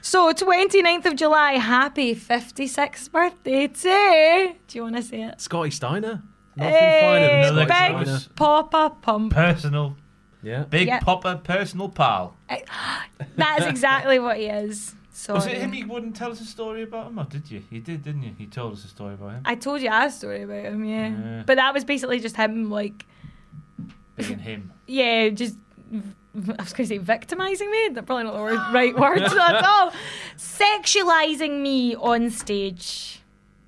So, 29th of July, happy 56th birthday to. Do you want to say it?
Scotty Steiner. Nothing
Hey,
finer than
Big
Scotty
big
Steiner.
Papa Pump.
Personal,
Yeah.
big
Yeah.
popper, personal pal.
That is exactly what he is.
Oh, Was it him
Sorry.
you wouldn't tell us a story about him, or did you? You did, didn't you? You told us a story about him.
I told you a story about him, yeah.
Yeah.
But that was basically just him, like,
Being him.
yeah, just v- I was going to say victimizing me. That's probably not the
[LAUGHS]
word, right word at all. Sexualizing me on stage.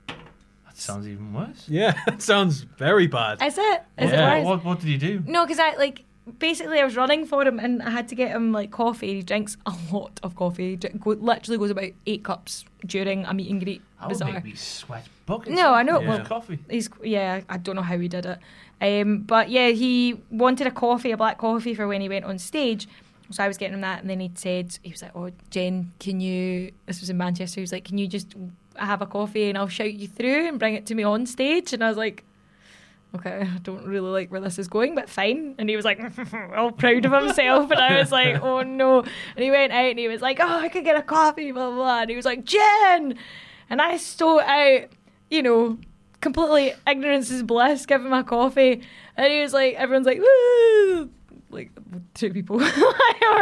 That sounds even worse.
Yeah, [LAUGHS] that sounds very bad.
Is it? Is
Yeah.
it
What,
worse?
what, what did you do?
No, because I like basically I was running for him and I had to get him like coffee. He drinks a lot of coffee. He drink, go, literally goes about eight cups during a meet and greet.
That would
Bizarre.
make me sweat buckets.
No, I know it
Yeah.
will.
Coffee.
He's yeah, I don't know how he did it, um, but yeah, he wanted a coffee, a black coffee for when he went on stage. So I was getting him that, and then he said he was like, "Oh, Jen, can you?" This was in Manchester. He was like, "Can you just have a coffee and I'll shout you through and bring it to me on stage?" And I was like. Okay, I don't really like where this is going, but fine. And he was like, [LAUGHS] all proud of himself. And I was like, oh no. And he went out and he was like, oh, I could get a coffee, blah, blah, blah. And he was like, Jen! And I stole out, you know, completely ignorance is bliss, give him a coffee. And he was like, everyone's like, woo! Like, two people [LAUGHS] were